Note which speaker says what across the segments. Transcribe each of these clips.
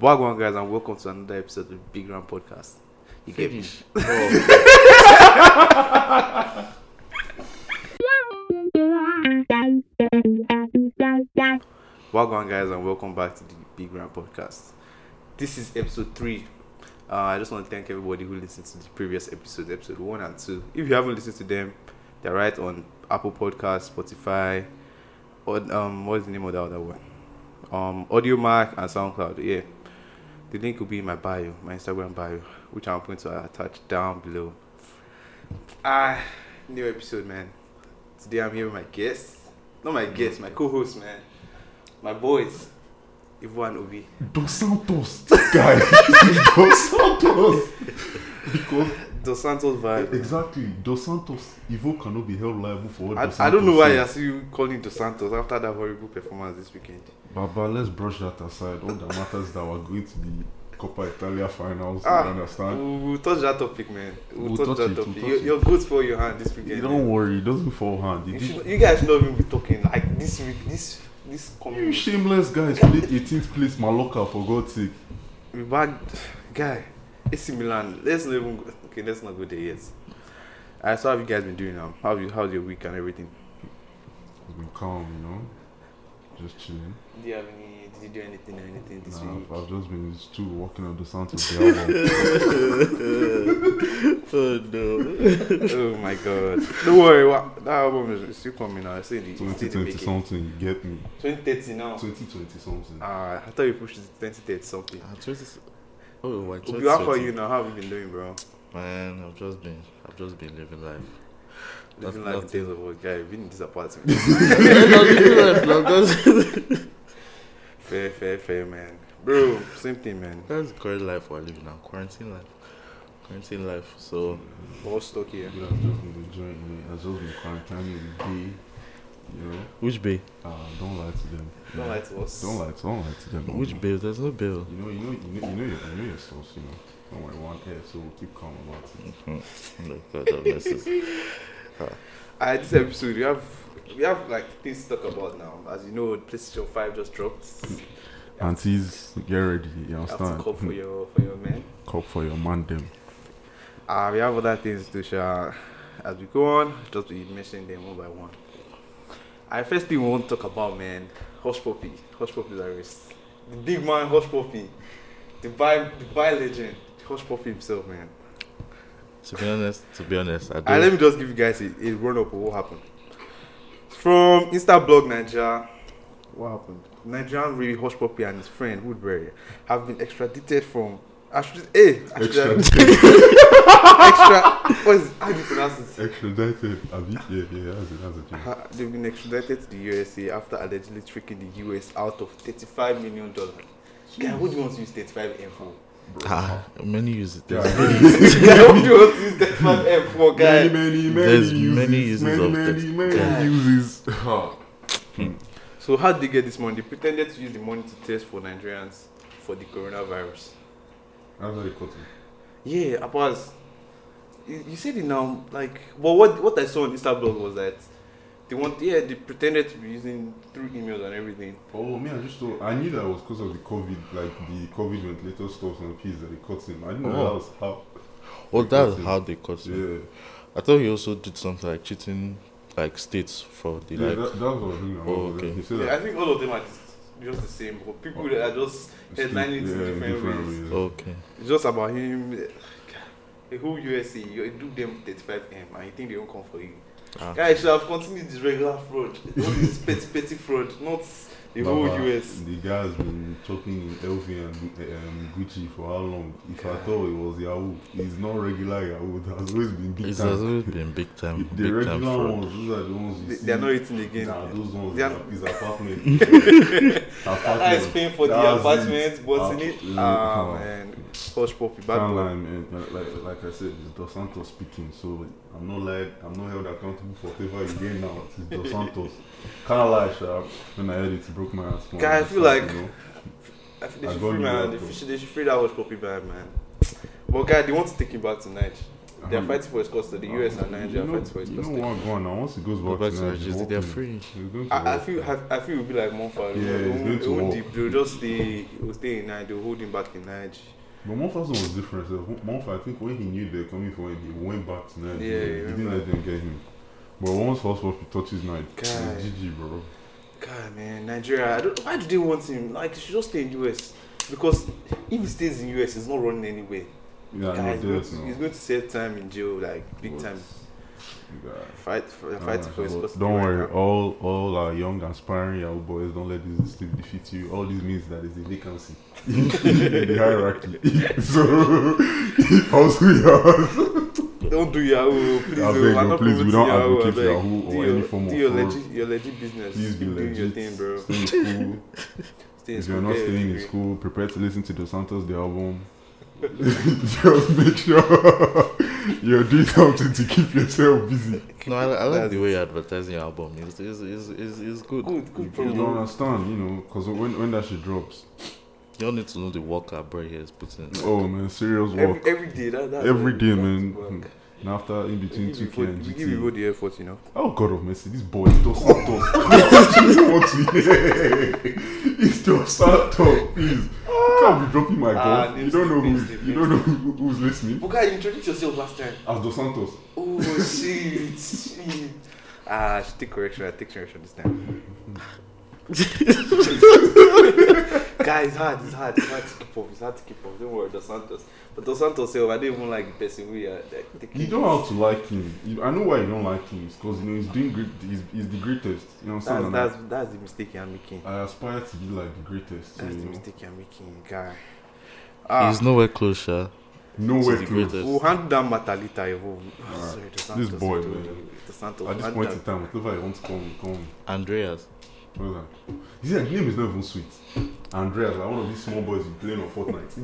Speaker 1: Well, go on, guys, and welcome to another episode of Big Round Podcast. You get me?
Speaker 2: Finish.
Speaker 1: Well, go on, guys, and welcome back to the Big Round Podcast. This is episode three. Uh, I just want to thank everybody who listened to the previous episode, episode one and two. If you haven't listened to them, they're right on Apple Podcasts, Spotify, or um, what's the name of the other one? Um, Audio Mac and SoundCloud. Yeah, the link will be in my bio, my Instagram bio, which I'm going to attach down below. Ah, new episode, man. Today I'm here with my guests, not my guests, my co-host, man, my boys, Ivo and Obi.
Speaker 2: Dos Santos, guy. Dos Santos. Because
Speaker 1: Dos Santos vibe.
Speaker 2: exactly, Dos Santos, Ivo cannot be held liable for what Dos
Speaker 1: I, I don't know
Speaker 2: Santos
Speaker 1: why I
Speaker 2: said.
Speaker 1: see you calling Dos Santos after that horrible performance this weekend.
Speaker 2: Baba, let's brush that aside. All that matters that we're going to the Coppa Italia finals.
Speaker 1: Ah,
Speaker 2: you understand?
Speaker 1: We'll, we'll touch that topic, man. We'll,
Speaker 2: We'll
Speaker 1: touch,
Speaker 2: touch
Speaker 1: that
Speaker 2: it, we'll
Speaker 1: topic.
Speaker 2: touch
Speaker 1: you,
Speaker 2: it.
Speaker 1: Your goods for your hand this weekend.
Speaker 2: You don't worry, it doesn't fall hand. You,
Speaker 1: You,
Speaker 2: did-
Speaker 1: should, you guys should not even be talking like this week, this this coming.
Speaker 2: you
Speaker 1: week.
Speaker 2: shameless guys played 18th place Maloka for God's sake.
Speaker 1: We bagged guy. AC Milan. Let's not even. Go, okay, let's not go there yet. Alright, so how have you guys been doing now? How have you? How's your week and everything?
Speaker 2: It's been calm, you know? Just chilling.
Speaker 1: Do you have any? Did you do anything or anything this
Speaker 2: Nah,
Speaker 1: week?
Speaker 2: I've just been still walking on the Santos. the album.
Speaker 1: oh my god. Don't worry, wa- that album is still coming out. It's still in the- it's still in the
Speaker 2: 2020
Speaker 1: making.
Speaker 2: something, you get me?
Speaker 1: 2030 now.
Speaker 2: 2020 something.
Speaker 1: Ah, I thought you pushed it to 2030 something.
Speaker 3: Ah, 20 Oh my
Speaker 1: Obi, how are you now? How have you been doing, bro?
Speaker 3: Man, I've just been I've just been living life. That's
Speaker 1: Living like the
Speaker 3: nothing.
Speaker 1: days of old guy. You've been in this apartment.
Speaker 3: Not living life, no, that's,
Speaker 1: fair, fair, fair, man. Bro, same thing, man.
Speaker 3: that's the current life we're living now. Quarantine life. Quarantine life. So
Speaker 1: All stuck here.
Speaker 2: Yeah, I've just been enjoying it. I've just been quarantining with B. You know,
Speaker 3: which bay?
Speaker 2: uh, don't lie to them.
Speaker 1: Don't lie to us.
Speaker 2: Don't lie. Don't lie to them.
Speaker 3: Which
Speaker 2: man.
Speaker 3: bill? There's no oh. bill.
Speaker 2: You know, you know, you know, you know, your, you know your source. You know, don't worry, one air. So we'll keep calm about it.
Speaker 3: No, Mm. Oh God, that messes.
Speaker 1: Alright, Ah, this episode, we have we have like things to talk about now. As you know, PlayStation 5 just dropped.
Speaker 2: Aunties, get ready. You
Speaker 1: You have to
Speaker 2: understand?
Speaker 1: call for your for your man.
Speaker 2: Cop for your man, them.
Speaker 1: Uh, we have other things to share as we go on, just we mention them one by one. I first thing we want to talk about, man, Hush Puppy. Hush Puppy Larry's. The big man, Hush Puppy. The Dubai, Dubai legend, Hush Puppy himself, man.
Speaker 3: to be honest, to be honest, I
Speaker 1: And
Speaker 3: don't
Speaker 1: let me just give you guys a, a run up of what happened. From Instablog Nigeria, what happened? Nigerian really Hush Puppy and his friend Woodbury have been extradited from. Extra, hey, extra,
Speaker 2: Extradited.
Speaker 1: extra, what is, how do you pronounce it?
Speaker 2: Extradited. Abi, yeah, yeah, that's it. That's it. Yeah.
Speaker 1: Ha- They've been extradited to the USA after allegedly tricking the US out of $35 million. Guy, who do you want to use 35 M for?
Speaker 3: ah, many use it. There's,
Speaker 2: Yeah.
Speaker 1: Guy, who do you want to use 35 M for,
Speaker 2: Many,
Speaker 1: guy?
Speaker 2: many, many
Speaker 3: There's
Speaker 2: uses.
Speaker 3: many uses
Speaker 2: many,
Speaker 3: of
Speaker 2: many,
Speaker 3: this.
Speaker 2: many
Speaker 1: Yeah.
Speaker 2: uses. Ha.
Speaker 1: So, how did they get this money? They pretended to use the money to test for Nigerians for the coronavirus.
Speaker 2: That's very cutting.
Speaker 1: Yeah, Abbas, you, you said it now. Like, well, what what I saw on Instablog was that they want, yeah, they pretended to be using through emails and everything.
Speaker 2: Oh, me, I just thought I knew that was because of the COVID, like the COVID ventilator stuff and peas that they cut him. I didn't know that
Speaker 3: Oh.
Speaker 2: was how.
Speaker 3: well, that's
Speaker 2: Cutting.
Speaker 3: how they cut it.
Speaker 2: Yeah,
Speaker 3: I thought he also did something like cheating, like states for the
Speaker 2: yeah,
Speaker 3: like.
Speaker 2: that, that was what I was thinking.
Speaker 3: Oh, okay.
Speaker 2: He said
Speaker 1: Yeah, I
Speaker 2: that.
Speaker 1: think all of them are just, just the same, but people that are just headlining it in
Speaker 2: Yeah,
Speaker 1: different, ways.
Speaker 3: okay.
Speaker 1: It's just about him. eh, The whole USA, you do them 35M and you think they won't come for you.
Speaker 3: Ah.
Speaker 1: Guys, should have continued this regular fraud. All this petty, petty fraud, not the whole
Speaker 2: Baba,
Speaker 1: US.
Speaker 2: The guy has been talking in LV and um, Gucci for how long? If I thought it was Yahoo, it's not regular Yahoo. It has always been big
Speaker 3: It's
Speaker 2: time.
Speaker 3: always been big time,
Speaker 2: the
Speaker 3: big
Speaker 2: regular
Speaker 3: time fraud.
Speaker 2: ones, those are the ones you
Speaker 1: They,
Speaker 2: see.
Speaker 1: they are not eating again.
Speaker 2: Nah, those ones
Speaker 1: They are-
Speaker 2: is apartment. apartment.
Speaker 1: I is paying for the
Speaker 2: That's
Speaker 1: apartment,
Speaker 2: it.
Speaker 1: what's in it?
Speaker 2: Ah,
Speaker 1: Ah,
Speaker 2: ah.
Speaker 1: man. Hush Poppy, bad
Speaker 2: Can't
Speaker 1: boy.
Speaker 2: lie, man. Like, like, like I said, it's Dos Santos speaking, so I'm not lied. I'm not held accountable for whatever you gain now. It's Dos Santos. Can't lie, sha. When I heard it, it broke my ass. man.
Speaker 1: Guy, I
Speaker 2: It's
Speaker 1: feel like-
Speaker 2: you know?
Speaker 1: I think they
Speaker 2: I
Speaker 1: should
Speaker 2: got
Speaker 1: free
Speaker 2: you
Speaker 1: man.
Speaker 2: that,
Speaker 1: They
Speaker 2: bro.
Speaker 1: should, they should free that Hush Poppy back, man. But guy, they want to take him back tonight. They're fighting for his custody. The US and Nigeria
Speaker 2: Um, You
Speaker 1: are
Speaker 2: know,
Speaker 1: fighting for his
Speaker 2: you know
Speaker 1: custody.
Speaker 2: what going on. Once he goes
Speaker 3: Go
Speaker 2: back,
Speaker 3: back
Speaker 2: to
Speaker 3: to Nigeria, they're free.
Speaker 1: I, I feel I, I feel it'll be like Monfa.
Speaker 2: Yeah, it's going to work.
Speaker 1: They'll just stay, he'll stay in Nigeria. They'll hold him back in Nigeria.
Speaker 2: But Monfa's was different. So Monfa, I think when he knew they were coming for him, he went back to Nigeria.
Speaker 1: Yeah, he
Speaker 2: he
Speaker 1: went
Speaker 2: didn't let
Speaker 1: back.
Speaker 2: them get him. But once Hospital touches night, it's
Speaker 1: Guy.
Speaker 2: GG, bro.
Speaker 1: God, man, Nigeria. I don't, why do they want him? Like, he should just stay in US. Because if he stays in US, he's not running anywhere.
Speaker 2: Yeah,
Speaker 1: Guys,
Speaker 2: no
Speaker 1: he's,
Speaker 2: doubt.
Speaker 1: going to,
Speaker 2: no.
Speaker 1: he's going to save time in jail, like big
Speaker 2: But-
Speaker 1: time.
Speaker 2: Guy.
Speaker 1: Fight, for,
Speaker 2: Ah,
Speaker 1: fight for his
Speaker 2: so
Speaker 1: custody.
Speaker 2: Don't
Speaker 1: right
Speaker 2: worry,
Speaker 1: now.
Speaker 2: all all our young aspiring Yahoo boys, don't let this sleep defeat you. All this means that is a vacancy in the hierarchy. so also yeah,
Speaker 1: Don't do Yahoo, please.
Speaker 2: I
Speaker 1: oh,
Speaker 2: beg,
Speaker 1: I'm
Speaker 2: oh,
Speaker 1: not
Speaker 2: please,
Speaker 1: promoting
Speaker 2: we don't
Speaker 1: Yahoo, I
Speaker 2: advocate
Speaker 1: beg.
Speaker 2: Yahoo or
Speaker 1: do
Speaker 2: any
Speaker 1: your,
Speaker 2: form of
Speaker 1: do your
Speaker 2: fraud.
Speaker 1: legit, your legit business.
Speaker 2: please be
Speaker 1: Keep doing your
Speaker 2: legit.
Speaker 1: thing, bro.
Speaker 2: Stay in school.
Speaker 1: Stay in
Speaker 2: if
Speaker 1: school,
Speaker 2: you're not
Speaker 1: get your
Speaker 2: staying in
Speaker 1: degree.
Speaker 2: school, prepare to listen to the Santos the album. Just make sure you're doing something to keep yourself busy.
Speaker 3: No, I, I
Speaker 1: That's
Speaker 3: like the way you're advertising your album. It's, it's, it's, it's, it's good.
Speaker 1: Good, good
Speaker 2: You don't
Speaker 1: promo.
Speaker 2: understand, you know, because when, when that shit drops,
Speaker 3: You all need to know the work our boy here is putting. in.
Speaker 2: oh man, serious work.
Speaker 1: Every, every day, that, that's
Speaker 2: Every
Speaker 1: what-
Speaker 2: day,
Speaker 1: that's
Speaker 2: man.
Speaker 1: work.
Speaker 2: Mm. And after in
Speaker 1: We
Speaker 2: between
Speaker 1: give you
Speaker 2: 2K and
Speaker 1: food- we give you
Speaker 2: GT.
Speaker 1: the effort, you know.
Speaker 2: Oh God of mercy, this boy is Dos Santos. What do you want to hear? It's Dos Santos, please. You can't be dropping my
Speaker 1: Ah,
Speaker 2: golf.
Speaker 1: names
Speaker 2: You don't know
Speaker 1: names
Speaker 2: who's
Speaker 1: names
Speaker 2: you don't know who- who's listening.
Speaker 1: Buka, you introduced yourself last time.
Speaker 2: As Dos Santos.
Speaker 1: Oh, shit. shit. Ah, I should take correction. I take correction this time. Guys, it's hard. It's hard. It's hard to keep up. It's hard to keep up. Don't worry, Dos Santos. But Dos Santos, self, I don't even like the person we are. Like, the
Speaker 2: You
Speaker 1: king.
Speaker 2: don't have to like him. You- I know why you don't like him. It's because you know he's doing great. He's, he's the greatest. You know what I'm
Speaker 1: That's,
Speaker 2: saying?
Speaker 1: that's, that's the mistake you're making.
Speaker 2: I aspire to be like the greatest. So,
Speaker 1: That's the
Speaker 2: you know,
Speaker 1: mistake you're making, guy.
Speaker 3: He's
Speaker 1: Ah,
Speaker 3: nowhere close, sha.
Speaker 2: nowhere
Speaker 3: the
Speaker 2: close.
Speaker 3: greatest.
Speaker 1: we'll handle that matter later. you will.
Speaker 2: Alright.
Speaker 1: e Sorry, Dos
Speaker 2: Ah, This
Speaker 1: Santos.
Speaker 2: boy,
Speaker 1: we
Speaker 2: man.
Speaker 1: don't- Dos Santos.
Speaker 2: At this
Speaker 1: handle
Speaker 2: point
Speaker 1: that.
Speaker 2: in time, whatever I want to call me, call me.
Speaker 3: Andreas.
Speaker 2: What is that? You see, the name is not even sweet. Andreas, like one of these small boys you playing on Fortnite.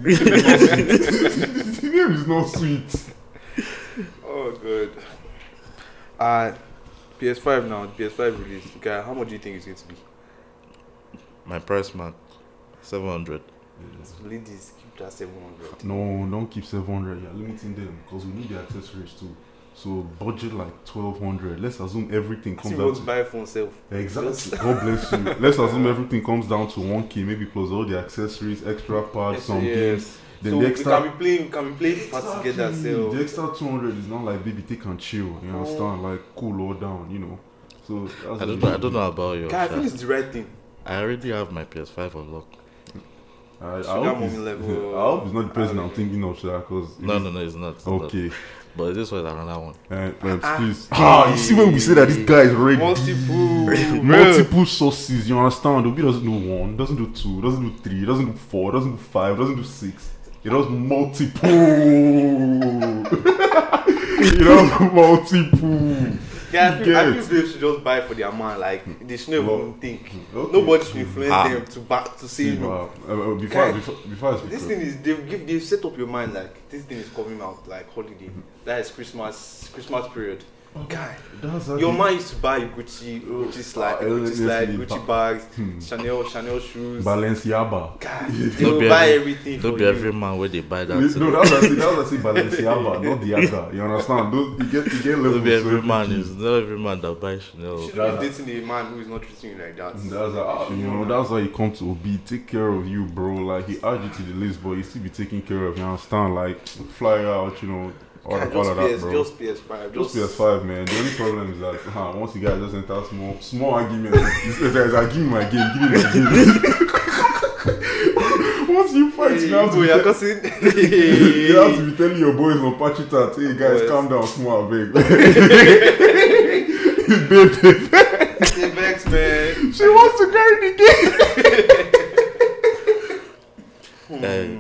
Speaker 2: the name is not sweet.
Speaker 1: Oh, good. Uh, PS5 now, PS5 release. Guy, how much do you think it's going to be?
Speaker 3: My price mark. 700.
Speaker 1: Ladies, keep that 700.
Speaker 2: No, don't keep 700. You're limiting them because we need the accessories too. So budget like 1200. Let's assume everything
Speaker 1: See,
Speaker 2: comes
Speaker 1: you want
Speaker 2: down
Speaker 1: to
Speaker 2: to.
Speaker 1: buy phone self.
Speaker 2: Exactly. God Oh, bless you. Let's assume everything comes down to 1k, maybe plus all the accessories, extra parts, some games. Then
Speaker 1: so
Speaker 2: the
Speaker 1: we
Speaker 2: extra.
Speaker 1: can be playing, we can be playing part
Speaker 2: Exactly.
Speaker 1: together. So
Speaker 2: The extra 200 is not like baby take and chill, you
Speaker 1: Oh.
Speaker 2: understand? Like cool all down, you know. So that's
Speaker 3: I
Speaker 2: what
Speaker 3: don't
Speaker 2: we
Speaker 3: know, I
Speaker 2: should
Speaker 3: don't
Speaker 2: do.
Speaker 3: know about you.
Speaker 1: guy, I think
Speaker 3: sha.
Speaker 1: it's the right thing.
Speaker 3: I already have my PS5 unlocked.
Speaker 2: I, I,
Speaker 1: Sugar
Speaker 2: hope
Speaker 1: mommy
Speaker 2: it's,
Speaker 1: level.
Speaker 2: I hope it's not the person
Speaker 1: Ah,
Speaker 2: I'm
Speaker 1: okay.
Speaker 2: thinking of, Sha, because
Speaker 3: No, no, no, it's not. It's not.
Speaker 2: Okay,
Speaker 3: But this was another one.
Speaker 2: uh, perhaps,
Speaker 1: Ah, ah.
Speaker 2: please. Ah, you see when we say that this guy is ready.
Speaker 1: Multiple.
Speaker 2: Multiple sources, you understand? Obi doesn't do one, doesn't do two, doesn't do three, doesn't do four, doesn't do five, doesn't do six. It does multiple. it does multiple.
Speaker 1: Guy, I feel, I
Speaker 2: Get.
Speaker 1: feel they should just buy for their man. Like, they shouldn't
Speaker 2: Well,
Speaker 1: even think.
Speaker 2: okay.
Speaker 1: Nobody should influence
Speaker 3: Ah.
Speaker 1: them to back to say
Speaker 2: See,
Speaker 1: no.
Speaker 2: wow. Uh, uh, before,
Speaker 1: Guy,
Speaker 2: I- before, before I speak,
Speaker 1: This
Speaker 2: uh,
Speaker 1: thing is they've give they've set up your mind like this thing is coming out like holiday. That is Christmas Christmas period. Guy,
Speaker 2: that's how
Speaker 1: your
Speaker 2: they-
Speaker 1: mind used to buy Gucci Gucci slide
Speaker 2: uh,
Speaker 1: Gucci slide
Speaker 2: honestly,
Speaker 1: Gucci bags,
Speaker 2: Hmm.
Speaker 1: Chanel Chanel shoes.
Speaker 2: Balenciaga.
Speaker 1: God,
Speaker 3: Don't
Speaker 1: they'll
Speaker 3: be
Speaker 1: buy
Speaker 3: every-
Speaker 1: everything
Speaker 3: Don't
Speaker 1: for
Speaker 3: be every
Speaker 1: you.
Speaker 3: man where they buy that.
Speaker 2: No, that's
Speaker 3: thing.
Speaker 2: what I say. That's what I say. Balenciaga, not Diaga. You understand? Those, you get, you get levels.
Speaker 3: Don't be every
Speaker 2: so-
Speaker 3: man. It's not every man that buys
Speaker 1: You
Speaker 3: Chanel.
Speaker 1: should not be dating a man who is not treating you like that.
Speaker 2: That's how, you know. That's how you come to Obi. Take care of you, bro. Like he adds you to the list, but he still be taking care of you. Understand? Like fly out, you know, all,
Speaker 1: God,
Speaker 2: all
Speaker 1: just
Speaker 2: of that,
Speaker 1: PS,
Speaker 2: bro.
Speaker 1: just PS5,
Speaker 2: Just PS5, man. The only problem is that huh, once you guys just enter small, small argument, it's, it's, it's like, give me my game, give me my game. once you fight,
Speaker 1: Hey,
Speaker 2: you, have to
Speaker 1: boy,
Speaker 2: be
Speaker 1: you're
Speaker 2: tell-
Speaker 1: cussing.
Speaker 2: you have to be telling your boys on patchy that, hey guys,
Speaker 1: Boys.
Speaker 2: calm down, small, big. babe, babe,
Speaker 1: Say vex, man.
Speaker 2: she wants to carry the game.
Speaker 3: Hey.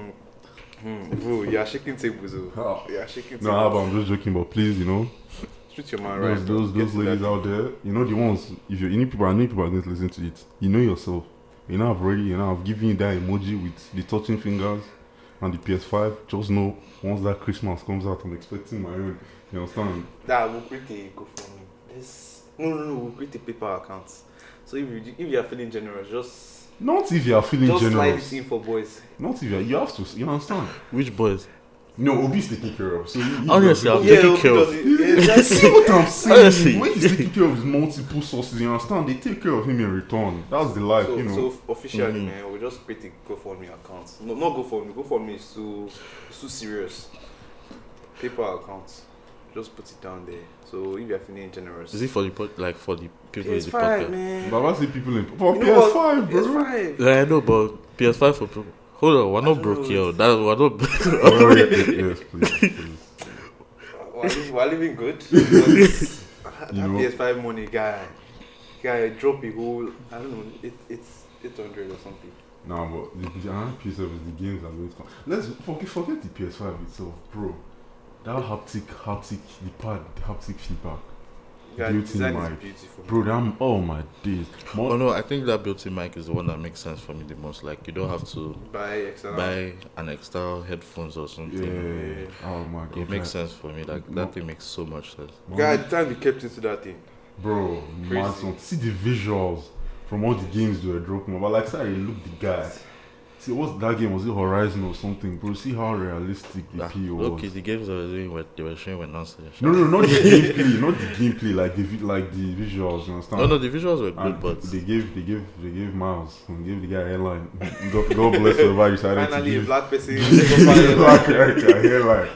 Speaker 1: Hmm, bro, you are shaking tables, oh.
Speaker 2: Ah.
Speaker 1: You are shaking tables.
Speaker 2: No, Abba, I'm just joking, but please, you know,
Speaker 1: Treat your man right.
Speaker 2: those,
Speaker 1: bro.
Speaker 2: those,
Speaker 1: Get
Speaker 2: those
Speaker 1: to that
Speaker 2: ladies out there, you know, the ones, if you're any people, I know people are going to listen to it. You know yourself. You know, I've already, you know, I've given you that emoji with the touching fingers and the PS5. Just know, once that Christmas comes out, I'm expecting my own. You understand?
Speaker 1: That we'll create a GoFundMe. This no no no we'll create a PayPal account. So if you if you are feeling generous, just
Speaker 2: Not if you are feeling
Speaker 1: just slide
Speaker 2: generous.
Speaker 1: it in for boys.
Speaker 2: Not if you are, you have to, you understand?
Speaker 3: Which boys?
Speaker 2: No, Obi's taking care of. So he- he
Speaker 3: Honestly,
Speaker 2: does-
Speaker 3: I'm taking care of-
Speaker 1: because it- yeah, that's-
Speaker 2: See what I'm saying?
Speaker 3: Honestly.
Speaker 2: When he's taking care of his multiple sources, you understand? They take care of him in return. That's the life,
Speaker 1: so,
Speaker 2: you know. Mm-hmm.
Speaker 1: so f- officially,
Speaker 3: Mhm.
Speaker 1: man, we just create a GoFundMe account. No, not GoFundMe. GoFundMe is too, it's too serious. PayPal account. Just put it down there. So if you're feeling generous,
Speaker 3: Is it for the pod, like for the people in
Speaker 1: it's
Speaker 3: the
Speaker 1: fine,
Speaker 3: podcast?
Speaker 1: man.
Speaker 2: Baba say people in for
Speaker 1: You know
Speaker 2: PS5,
Speaker 1: what?
Speaker 2: bro.
Speaker 1: It's fine.
Speaker 3: Yeah, I know, but PS5 for people. Hold on,
Speaker 1: I
Speaker 3: we're not
Speaker 1: don't
Speaker 3: broke
Speaker 1: know.
Speaker 3: here. That we're not.
Speaker 2: Oh, yeah, yeah, yes, please, please.
Speaker 1: We're li- We're living good. But
Speaker 2: You
Speaker 1: that
Speaker 2: know.
Speaker 1: PS5 money guy, guy drop a whole. I don't know. It, it's 800 or something.
Speaker 2: Nah, but the, the another piece of it, the games are going to come. Let's forget, forget the PS5 itself, bro. That haptic, haptic, the pad, the haptic feedback,
Speaker 1: Guy,
Speaker 2: Beauty
Speaker 1: design
Speaker 2: mind.
Speaker 1: is beautiful.
Speaker 2: bro. That I'm- oh my days.
Speaker 3: oh
Speaker 2: Mo-
Speaker 3: no, I think that built-in mic is the one that makes sense for me the most. Like you don't have to
Speaker 1: Buy external.
Speaker 3: buy an external headphones or something.
Speaker 2: yeah. Oh my god.
Speaker 3: It makes sense for me. Like
Speaker 2: No.
Speaker 3: that thing makes so much sense.
Speaker 2: Mo-
Speaker 1: Guy, the time we kept into that thing.
Speaker 2: bro, mad
Speaker 1: Crazy.
Speaker 2: son. See the visuals from all the games they were dropping. But like, say I look the guy. See what's that game? Was it Horizon or something, bro? See how realistic the
Speaker 3: Ah,
Speaker 2: PO was.
Speaker 3: okay, the games they were doing were they were showing were nonsense.
Speaker 2: No, no, not the gameplay, not the gameplay, like the vi- like the visuals, you understand?
Speaker 3: no, no. Oh, The visuals were good,
Speaker 2: And
Speaker 3: but
Speaker 2: they gave, they gave, they gave Miles, and gave the guy a hairline. God, God bless whoever decided
Speaker 1: Finally, a
Speaker 2: to give.
Speaker 1: black person.
Speaker 2: black character a hairline.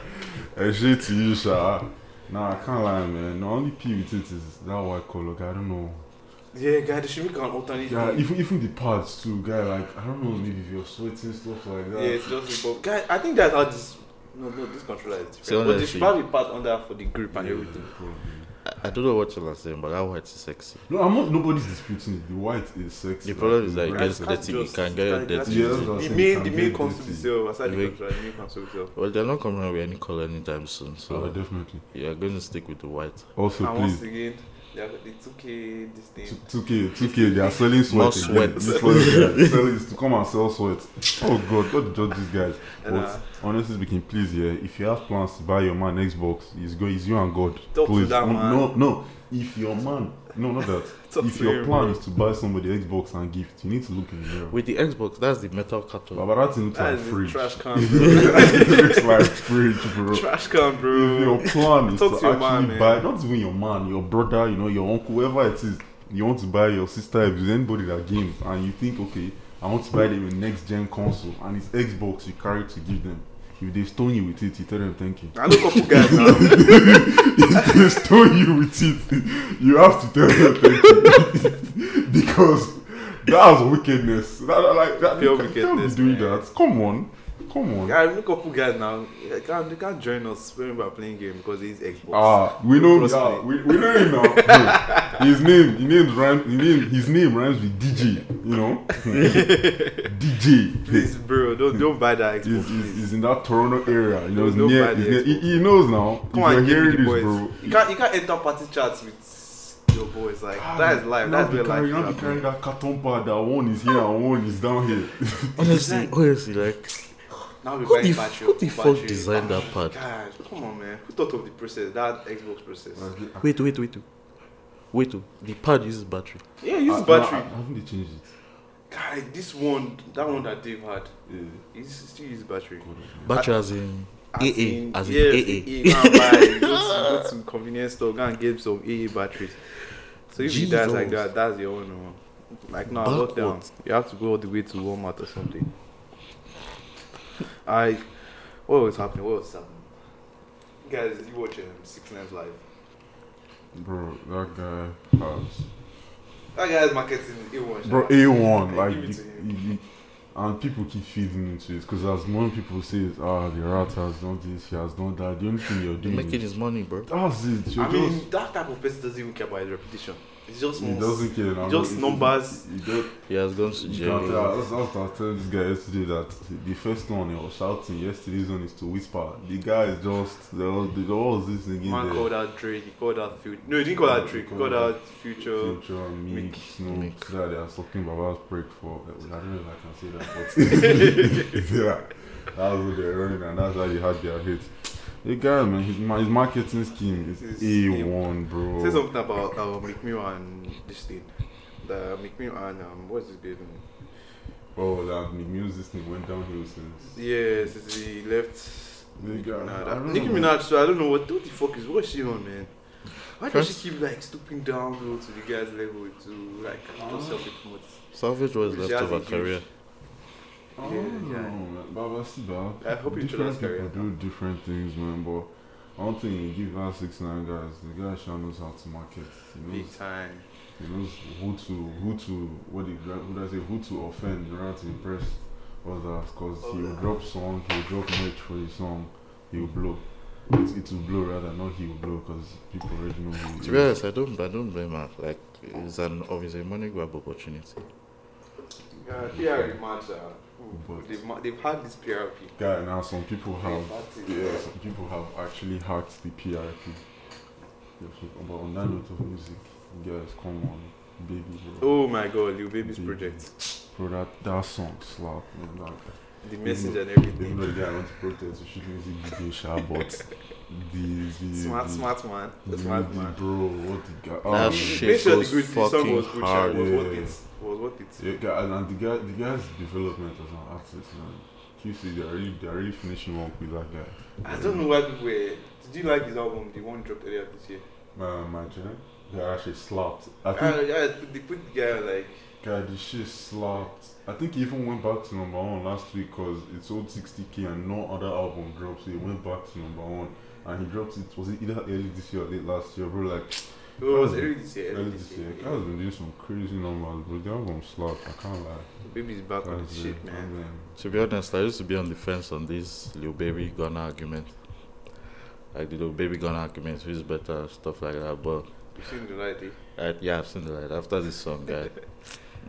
Speaker 2: A shit to you, sha. Nah, I can't lie, man. The only pee with it is that white color. Guy. I don't know.
Speaker 1: yeah, guy, they should make an alternate.
Speaker 2: Yeah,
Speaker 1: name.
Speaker 2: even even the parts too, guy. Like I don't know, maybe if you're sweating stuff like
Speaker 1: Yeah,
Speaker 2: that.
Speaker 1: it's just above. Guy, I think that's how this. No, no, this controller is different.
Speaker 3: So
Speaker 1: but they should
Speaker 3: honestly-
Speaker 1: probably part on that for the grip and
Speaker 2: Yeah,
Speaker 1: everything.
Speaker 2: probably.
Speaker 3: I, I don't know what you're saying. But that white is sexy.
Speaker 2: No, I'm not. Nobody's disputing it. The white is sexy.
Speaker 3: The problem is that it
Speaker 2: like,
Speaker 1: Can't
Speaker 3: gets dirty. It
Speaker 1: just-
Speaker 3: can get
Speaker 1: can't- can't-
Speaker 3: dirty.
Speaker 2: Yeah, that's what I'm
Speaker 1: The
Speaker 2: saying,
Speaker 1: main,
Speaker 2: can't
Speaker 1: the
Speaker 2: get
Speaker 1: main
Speaker 2: dirty.
Speaker 1: console itself, aside the
Speaker 3: Make-
Speaker 1: controller, the main console itself.
Speaker 3: Well, they're not coming out with any color anytime soon,
Speaker 2: Oh,
Speaker 3: so
Speaker 2: definitely.
Speaker 3: you're going to stick with the white.
Speaker 2: Also,
Speaker 1: and
Speaker 2: please,
Speaker 1: once again, they are the 2K this thing.
Speaker 2: 2K, 2K, they are selling sweat.
Speaker 3: Not
Speaker 2: again.
Speaker 3: sweat.
Speaker 2: This one is like selling is to come and sell sweat. Oh God, God judge these guys.
Speaker 1: And, uh,
Speaker 2: But honestly speaking, please, yeah, if you have plans to buy your man Xbox, he's go, he's you and God.
Speaker 1: Talk to
Speaker 2: please,
Speaker 1: that
Speaker 2: Oh,
Speaker 1: man.
Speaker 2: no, no. If your man, no, not that.
Speaker 1: Talk
Speaker 2: if
Speaker 1: to
Speaker 2: your
Speaker 1: him,
Speaker 2: plan
Speaker 1: bro.
Speaker 2: is to buy somebody Xbox and gift, you need to look in the mirror.
Speaker 3: With the Xbox, that's the metal carton.
Speaker 2: Baba, that thing looks
Speaker 1: That
Speaker 2: like
Speaker 1: is a
Speaker 2: fridge.
Speaker 1: trash can, bro.
Speaker 2: it looks like fridge, bro.
Speaker 1: trash can,
Speaker 2: If your
Speaker 1: bro.
Speaker 2: plan is to,
Speaker 1: Talk to your
Speaker 2: actually
Speaker 1: man, man.
Speaker 2: buy, not even your man, your brother, you know, your uncle, whoever it is, you want to buy your sister, if there's anybody that games, and you think, okay, I want to buy them a next gen console, and it's Xbox you carry to give them. If they stone you with it, you tell them thank you.
Speaker 1: I know a couple guys now.
Speaker 2: if they stone you with it, you have to tell them thank you. because that was wickedness. That, that- like, that,
Speaker 1: Pure
Speaker 2: you can't- you can't
Speaker 1: wickedness,
Speaker 2: be doing
Speaker 1: man.
Speaker 2: that. Come on. Come on.
Speaker 1: I know a couple guys now. They can't, they can't join us when we're playing game because it's Xbox.
Speaker 2: Ah, we know
Speaker 1: Trust
Speaker 2: yeah,
Speaker 1: me.
Speaker 2: we, we know him now. Bro, his name, his name rhymes, his name, his name rhymes with DJ. You know, DJ.
Speaker 1: Please, bro, don't don't buy that Xbox.
Speaker 2: He's, he's, he's in that Toronto area. You know, he's
Speaker 1: Don't buy
Speaker 2: near,
Speaker 1: the
Speaker 2: he's near, he,
Speaker 1: Xbox.
Speaker 2: he knows now.
Speaker 1: Come
Speaker 2: if
Speaker 1: on, give
Speaker 2: you're
Speaker 1: me
Speaker 2: hearing
Speaker 1: the
Speaker 2: this,
Speaker 1: boys.
Speaker 2: bro.
Speaker 1: You can't you can't enter party chats with your boys like that is life.
Speaker 2: Now
Speaker 1: That's
Speaker 2: Ah, be
Speaker 1: where life
Speaker 2: carrying-
Speaker 1: is.
Speaker 2: now be
Speaker 1: happening.
Speaker 2: carrying that carton pad that one is here and one is down here.
Speaker 3: Honestly, honestly, like
Speaker 1: Now we
Speaker 3: Who
Speaker 1: buying
Speaker 3: the f-
Speaker 1: battery.
Speaker 3: who the fuck
Speaker 1: battery.
Speaker 3: designed that
Speaker 1: Ah,
Speaker 3: part?
Speaker 1: God, come on, man. Who thought of the process? That Xbox process.
Speaker 3: wait, wait, wait, wait. oh, The pad uses battery.
Speaker 1: Yeah, use
Speaker 2: Ah,
Speaker 1: battery.
Speaker 2: no, I- haven't they changed it?
Speaker 1: Guy, this one, that one that Dave had,
Speaker 2: Yeah.
Speaker 1: is still use battery.
Speaker 3: Battery as in AA, as in
Speaker 1: yes,
Speaker 3: AA.
Speaker 1: AA. Go and buy. it. Go to- go to convenience store, go and get some AA batteries. So if you die like
Speaker 3: Jesus.
Speaker 1: that, that's your own one. Like now,
Speaker 3: Backwards.
Speaker 1: lockdown. You have to go all the way to Walmart or something. I, what was happening? What was happening? Guys, you watch um, Six Nines Live.
Speaker 2: Bro, that guy has
Speaker 1: That guy's marketing, he watch.
Speaker 2: Bro, A1,
Speaker 1: Hey,
Speaker 2: like,
Speaker 1: give it
Speaker 2: you-
Speaker 1: to him.
Speaker 2: you- you- and people keep feeding into it because as more people say, ah, the rat has done this, he has done that, the only thing you're
Speaker 3: He's
Speaker 2: doing
Speaker 3: making
Speaker 2: is,
Speaker 3: his money, bro.
Speaker 2: that's it. You're
Speaker 1: I
Speaker 2: just,
Speaker 1: mean, that type of person doesn't even care about his reputation. It's just
Speaker 2: he
Speaker 1: more
Speaker 2: doesn't care. now.
Speaker 1: just
Speaker 2: He-
Speaker 1: numbers.
Speaker 2: He, he just,
Speaker 3: He has gone to
Speaker 2: you can't
Speaker 3: jail.
Speaker 2: tell. That's, that's what I was telling this guy yesterday that the first one he was shouting, yesterday's one is to whisper. The guy is just, there was, there was this thing in
Speaker 1: Man
Speaker 2: there.
Speaker 1: called out Drake, he called out Future. No, he didn't call out Drake, he called out Future.
Speaker 2: Future, Meek,
Speaker 1: Meek.
Speaker 2: Snoop,
Speaker 3: Meek.
Speaker 2: that they are talking Baba's break for. eh, I don't know if I can say that, but See that that was what they're running, and that's why they had their hits. The guy, man, his, ma- his marketing scheme is
Speaker 1: It's-
Speaker 2: A1,
Speaker 1: Say
Speaker 2: bro.
Speaker 1: something about uh, McMill and this thing. The McMill and um, what's his baby name?
Speaker 2: Oh, that the music thing went downhill since.
Speaker 1: Yes, it's the left
Speaker 2: Nigga,
Speaker 1: Nah,
Speaker 2: I
Speaker 1: that,
Speaker 2: don't
Speaker 1: Nicki
Speaker 2: know, man.
Speaker 1: Minaj, so I don't know what, what the fuck is what is she on, man. Why does
Speaker 3: First-
Speaker 1: she keep like stooping down low to the guy's level to like just help it promote?
Speaker 3: Savage was
Speaker 1: She
Speaker 3: left
Speaker 1: has
Speaker 3: of her
Speaker 1: a huge-
Speaker 3: career.
Speaker 2: I
Speaker 1: Yeah,
Speaker 2: don't
Speaker 1: yeah.
Speaker 2: know, man. But, but see, bro,
Speaker 1: I hope you
Speaker 2: Oh. different
Speaker 1: trust her,
Speaker 2: people do different things, man. But I don't think you give us six nine guys. The guy sure knows how to market. He
Speaker 1: Big
Speaker 2: knows,
Speaker 1: time.
Speaker 2: he knows who to who to what do you, who does it who to offend in order to impress others. Cause he'll drop song, he'll drop merch for his song, he'll blow. It, it will blow rather, not he will blow, cause people already know who. he
Speaker 3: To
Speaker 2: is.
Speaker 3: be honest, I don't, I don't blame her. Like, it's an obviously money grab opportunity.
Speaker 1: Yeah, PR is mad, sir.
Speaker 2: But-
Speaker 1: They've, ma- they've had this PRP.
Speaker 2: Guy, now some people have. Um, Yeah,
Speaker 1: Yeah.
Speaker 2: some people have actually hacked the PRP. Yeah, so- But on that note of music, guys, come on, baby. Bro.
Speaker 1: Oh my god, Lil Baby's
Speaker 2: Baby.
Speaker 1: project.
Speaker 2: Bro, that, that song slap, man. Like,
Speaker 1: The
Speaker 2: Mm.
Speaker 1: message and
Speaker 2: even
Speaker 1: everything.
Speaker 2: though the guy went to protest, we should music video sha, but the, the
Speaker 1: Smart,
Speaker 2: the,
Speaker 1: smart man.
Speaker 2: the,
Speaker 1: Smart
Speaker 2: the
Speaker 1: man.
Speaker 2: bro, what the guy?
Speaker 1: Oh,
Speaker 2: um,
Speaker 3: That
Speaker 2: man.
Speaker 3: shit
Speaker 1: Make sure the,
Speaker 3: goes
Speaker 1: good, the song
Speaker 3: fucking
Speaker 1: was good, sha,
Speaker 3: hard.
Speaker 1: was
Speaker 2: Yeah.
Speaker 1: worth it. Was worth it.
Speaker 2: Yeah, guy, and, and the guy, the guy's development as an artist, man. QC, they're really, they're really finishing work with that guy.
Speaker 1: I don't know why people were. Did you like his album, the one dropped earlier this year?
Speaker 2: My, my channel, guy actually slapped. I think
Speaker 1: I, I, Ah, they put the guy on, like.
Speaker 2: God, this shit slapped. I think it even went back to number one last week because it sold 60k and no other album dropped, so it went back to number one. And he dropped it, was it either early this year or late last year, bro? Like,
Speaker 1: oh, It was early this year.
Speaker 2: early this year. Guys been doing some crazy numbers, bro. The album slapped, I can't lie.
Speaker 1: Baby's back on
Speaker 2: Guys,
Speaker 1: the shit,
Speaker 2: yeah,
Speaker 1: man.
Speaker 3: To be honest, I used to be on the fence on this Lil Baby Gunna argument. Like the Lil Baby Gunna argument, who's better, stuff like that. But
Speaker 1: You've seen the light, eh?
Speaker 2: Mm.
Speaker 3: I, yeah, I've seen the light after this song, guy.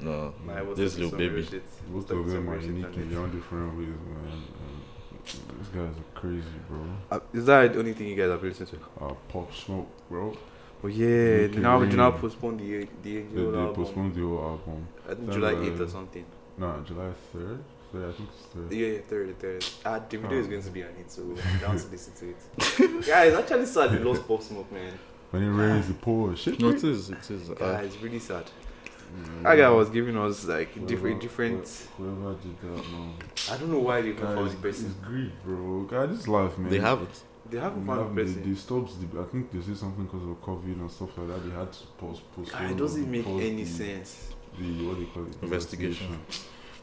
Speaker 3: No,
Speaker 1: Nah, it was
Speaker 3: this
Speaker 1: some
Speaker 3: Lil
Speaker 1: real
Speaker 3: Baby.
Speaker 1: shit.
Speaker 2: Both
Speaker 1: Talk
Speaker 2: of them
Speaker 1: some
Speaker 2: are
Speaker 1: real shit
Speaker 2: unique
Speaker 1: on
Speaker 2: in
Speaker 1: it.
Speaker 2: their own different ways, man. And these guys are crazy, bro.
Speaker 1: Uh, is that the only thing you guys have listened to?
Speaker 2: Uh, Pop Smoke, bro.
Speaker 1: Oh yeah,
Speaker 2: Nicki
Speaker 1: they now they now
Speaker 2: Minaj.
Speaker 1: postponed the the
Speaker 2: They,
Speaker 1: Angel
Speaker 2: they
Speaker 1: album.
Speaker 2: postponed the whole album.
Speaker 1: I think
Speaker 2: Then,
Speaker 1: July
Speaker 2: uh,
Speaker 1: eighth or something.
Speaker 2: No, July 3rd? 3rd, I think it's 3rd.
Speaker 1: Yeah, yeah, third, third. Ah, the video
Speaker 2: Oh.
Speaker 1: is going to be on it, so I'm down to listen to it. Guys, actually sad we lost Pop Smoke, man.
Speaker 2: When it rains, it pours. Shit,
Speaker 3: No, it is, it is. Uh, I,
Speaker 1: Guys, really sad.
Speaker 2: Mm.
Speaker 1: That guy was giving us like
Speaker 2: Whoever-
Speaker 1: different, different.
Speaker 2: who- Whoever did that, man.
Speaker 1: I don't know why they haven't
Speaker 2: Guys,
Speaker 1: found the
Speaker 2: it's
Speaker 1: person.
Speaker 2: greed, bro. God, this life, man.
Speaker 3: they have it.
Speaker 1: They haven't
Speaker 2: They
Speaker 1: found
Speaker 2: have-
Speaker 1: the
Speaker 2: they-
Speaker 1: person.
Speaker 2: They stopped. The, I think they said something because of COVID and stuff like that. They had to pause, pause.
Speaker 1: Ah, It doesn't make any sense.
Speaker 2: The what they call it
Speaker 3: Investigation.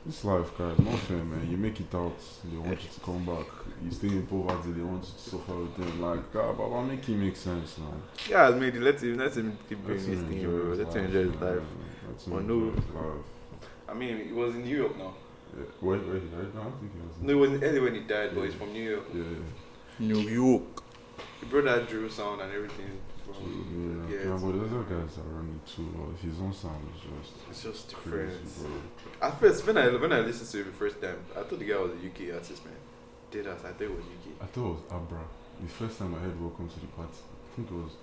Speaker 2: This life, guys, not fair, man. You make it out, they want you to come back. You stay in poverty, they want you to suffer with them. Like, God, Baba, make it make sense, man.
Speaker 1: Yeah, maybe let him let him keep doing
Speaker 2: Let
Speaker 1: his
Speaker 2: him
Speaker 1: thing,
Speaker 2: enjoy
Speaker 1: bro.
Speaker 2: his
Speaker 1: Let him
Speaker 2: life,
Speaker 1: enjoy his
Speaker 2: man.
Speaker 1: life.
Speaker 2: Let him
Speaker 1: Or no.
Speaker 2: enjoy his life.
Speaker 1: I mean, it was in New York now.
Speaker 2: Yeah. Wait, wait, right now? I think it was.
Speaker 1: No, it was in LA when he died, but he's from New York.
Speaker 2: Yeah, yeah.
Speaker 3: New York.
Speaker 1: He brought that drill sound and everything.
Speaker 2: Yeah,
Speaker 1: From,
Speaker 2: yeah,
Speaker 1: yeah,
Speaker 2: but those other guys are running too. Like, his own sound is just
Speaker 1: it's just different.
Speaker 2: crazy, bro.
Speaker 1: At first, when I when I listened to it the first time, I thought the guy was a UK artist, man. Did us? I thought it was UK.
Speaker 2: I thought it was Abra. The first time I heard "Welcome to the Party," I think it was,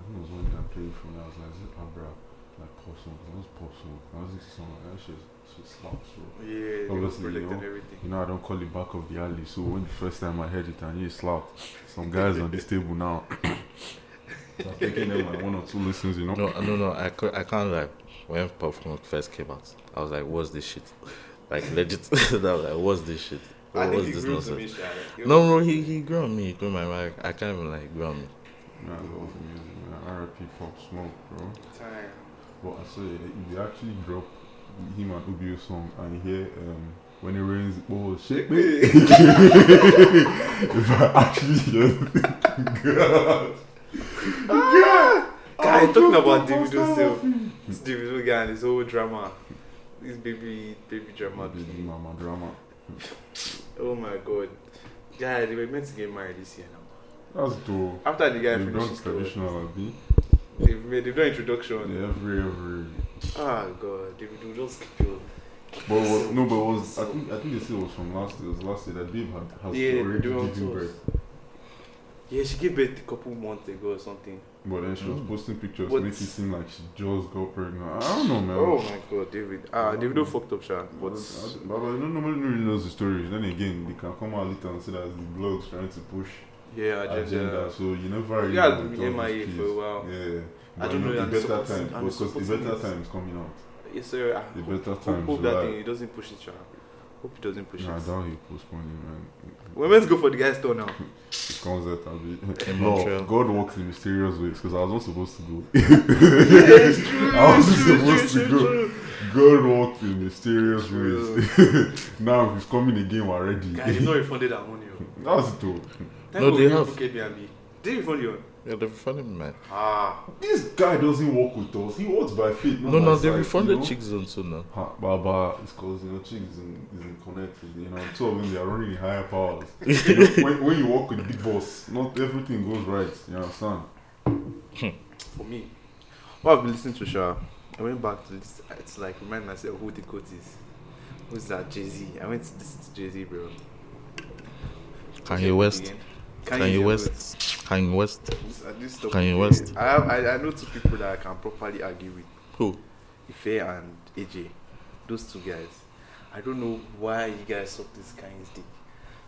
Speaker 2: I think it was one that I played from. I was like, "Is it Abra?" Like pop song. That was pop song. That was this song. That shit, shit slaps, bro.
Speaker 1: Yeah, the
Speaker 2: Obviously,
Speaker 1: project
Speaker 2: you know.
Speaker 1: and everything.
Speaker 2: You know, I don't call it back of the alley. So when the first time I heard it, I knew it slapped. Some guys on this table now. so I'm taking them like one or two listens, you know.
Speaker 3: No, no, no. I, cou- I can't lie. When Pop Smoke first came out, I was like, "What's this shit?" Like legit. I was like, "What's this shit?
Speaker 1: I
Speaker 3: what's
Speaker 1: think he grew to me, Sha. like,
Speaker 3: No, no, he he grew on me. He grew on my mind. I can't even like grow on me.
Speaker 2: Man, I love music, man. R.I.P. Pop Smoke, bro.
Speaker 1: Time.
Speaker 2: But I saw it, they actually drop him and Ubio song and you hear um, when it rains, oh shake me. if I actually hear God.
Speaker 1: Guy, talking about Davido still. This Davido guy and his whole drama. This baby, baby drama.
Speaker 2: Baby mama drama.
Speaker 1: Oh my god. Guy, they were meant to get married this year now.
Speaker 2: That's dope.
Speaker 1: After the guy
Speaker 2: They've done
Speaker 1: finishes, the-
Speaker 2: traditional abi.
Speaker 1: they've made they've done introduction.
Speaker 2: Yeah, every every.
Speaker 1: Ah god, they will just kill.
Speaker 2: But what, no, but it was I think I think they said it was from last year. It was last year that Babe had has
Speaker 1: Yeah,
Speaker 2: already
Speaker 1: they don't
Speaker 2: given
Speaker 1: tell us.
Speaker 2: birth.
Speaker 1: Yeah, she gave birth a couple months ago or something.
Speaker 2: But then she was posting pictures,
Speaker 1: What?
Speaker 2: making it seem like she just got pregnant. I don't know, man.
Speaker 1: Oh my god, David. Ah,
Speaker 2: Oh.
Speaker 1: Davido fucked up, Sha.
Speaker 2: But,
Speaker 1: But
Speaker 2: but, but no, nobody really knows the story. Then again, they can come out later and say that the blog's trying to push
Speaker 1: yeah,
Speaker 2: agenda.
Speaker 1: agenda.
Speaker 2: So you never really
Speaker 1: Yeah,
Speaker 2: know
Speaker 1: I've
Speaker 2: with
Speaker 1: been
Speaker 2: all
Speaker 1: MIA
Speaker 2: these
Speaker 1: for a
Speaker 2: kids.
Speaker 1: while. I
Speaker 2: Yeah, but
Speaker 1: don't know,
Speaker 2: The
Speaker 1: I'm
Speaker 2: better
Speaker 1: supporting-
Speaker 2: time,
Speaker 1: I'm
Speaker 2: because the
Speaker 1: supporting
Speaker 2: better
Speaker 1: it.
Speaker 2: time is coming out.
Speaker 1: Yes sir. I
Speaker 2: The
Speaker 1: hope,
Speaker 2: better
Speaker 1: hope,
Speaker 2: times,
Speaker 1: hope that
Speaker 2: right.
Speaker 1: thing it doesn't push it, Sha. Hope he doesn't push
Speaker 2: Yeah, I
Speaker 1: it.
Speaker 2: doubt he postponed it, man.
Speaker 1: We're meant to go for the guy's tour now.
Speaker 2: It comes out, I'll be.
Speaker 3: In Montreal.
Speaker 2: No, God works in mysterious ways because I was not supposed to go.
Speaker 1: Yes, true,
Speaker 2: I was
Speaker 1: true,
Speaker 2: supposed
Speaker 1: true,
Speaker 2: to
Speaker 1: true,
Speaker 2: go.
Speaker 1: true.
Speaker 2: God works in mysterious
Speaker 1: True.
Speaker 2: ways. now he's coming again, we're ready.
Speaker 1: Guy, you've not refunded our money. oh.
Speaker 2: That's it, though.
Speaker 3: No,
Speaker 1: Thank God
Speaker 3: they
Speaker 1: we
Speaker 3: have.
Speaker 1: booked Airbnb. They refund you.
Speaker 3: Yeah, they refunded me, man.
Speaker 1: Ah.
Speaker 2: This guy doesn't work with us. He works by faith. not
Speaker 3: No,
Speaker 2: by
Speaker 3: no, they
Speaker 2: sight,
Speaker 3: refunded
Speaker 2: you know?
Speaker 3: Chick Zone too now.
Speaker 2: Ha, Baba, it's because you know Chick is in, is in connect. with, You know, two of them they are running in higher powers. You know, when, when you work with big boss, not everything goes right. You understand?
Speaker 1: for me. What I've been listening to, Sha, I went back to this. It's like remind myself who the goat is. Who's that? Jay Z. I went to listen to Jay Z, bro.
Speaker 3: Kanye West. Kanye West. Kanye West.
Speaker 1: This- uh, this stuff-
Speaker 3: Kanye West.
Speaker 1: I, have, I I know two people that I can properly argue with.
Speaker 3: Who?
Speaker 1: Ife and AJ. Those two guys. I don't know why you guys suck this Kanye's dick.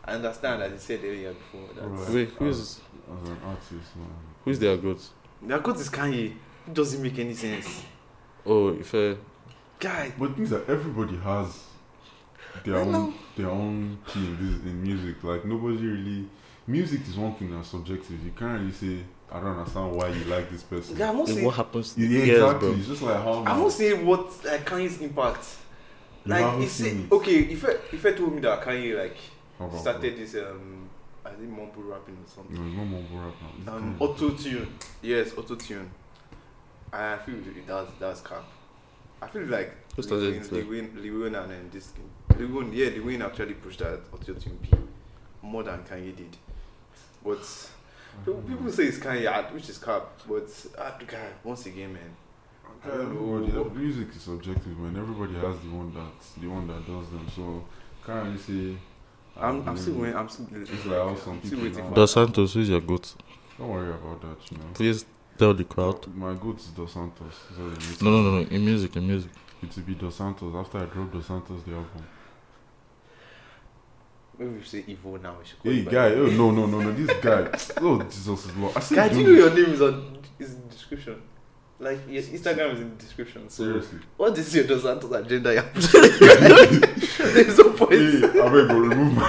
Speaker 1: I understand as you said earlier before that
Speaker 2: Right.
Speaker 3: Wait, who is
Speaker 2: As an artist, man.
Speaker 3: who is their goat?
Speaker 1: their goat is Kanye. It doesn't make any sense.
Speaker 3: Oh, if uh,
Speaker 1: Guy,
Speaker 2: But things that everybody has their own their own key in, this, in music. Like nobody really. Music is one thing that's subjective. You can't really say I don't understand why you like this person.
Speaker 1: guy, I won't
Speaker 3: then
Speaker 1: say
Speaker 3: what happens to
Speaker 2: Yeah,
Speaker 3: the girls,
Speaker 2: exactly.
Speaker 3: bro?
Speaker 2: It's just like how
Speaker 1: I
Speaker 2: man,
Speaker 1: won't say what like Kanye's impact.
Speaker 2: you
Speaker 1: like
Speaker 2: haven't
Speaker 1: he said,
Speaker 2: seen it.
Speaker 1: okay, if I, if I told me that Kanye like
Speaker 2: How about-
Speaker 1: started this um I think mumble rapping or something.
Speaker 2: No, it's not mumble rap now.
Speaker 3: Mm,
Speaker 2: It's
Speaker 1: Um,
Speaker 2: kind of-
Speaker 1: auto tune. Yes, auto tune. I feel it- that's that's cap. I feel like
Speaker 3: Who started
Speaker 1: Lil
Speaker 3: it,
Speaker 1: Wayne-
Speaker 3: like?
Speaker 1: Lil Wayne Lil Wayne and then this Lil Wayne, yeah, Lil Wayne actually pushed that auto tune P more than Kanye did. But
Speaker 3: Mm.
Speaker 1: pe- people say it's Kanye, ah, which is cap. But ah, the guy, once again, man, I
Speaker 2: Yeah,
Speaker 1: don't
Speaker 2: Everybody,
Speaker 1: know.
Speaker 2: music is subjective, man. Everybody has the one that the one that does them. So can't really say. I
Speaker 1: I'm I'm still
Speaker 2: believe
Speaker 1: waiting.
Speaker 2: it.
Speaker 1: I'm still.
Speaker 2: It's like how some
Speaker 1: I'm still
Speaker 2: people
Speaker 1: waiting
Speaker 2: now-
Speaker 1: for.
Speaker 3: Dos Santos, who is your goat?
Speaker 2: Don't worry about that, you know.
Speaker 3: Please tell the crowd.
Speaker 2: My goat is Dos Santos. So it's,
Speaker 3: No, no, no, no. In music, in music.
Speaker 2: It will be Dos Santos. After I drop Dos Santos, the album.
Speaker 1: Maybe we say evil now. We should call
Speaker 2: Hey
Speaker 1: it by
Speaker 2: guy,
Speaker 1: name.
Speaker 2: oh no no no no, this guy. Oh Jesus is Lord. I said
Speaker 1: Guy, do you know
Speaker 2: dude,
Speaker 1: your name is on is in the description? Like yes, Instagram is in the description. So
Speaker 2: seriously.
Speaker 1: what is your Dos Santos agenda? you're pushing? There's no
Speaker 2: Hey,
Speaker 1: point.
Speaker 2: I better remove my.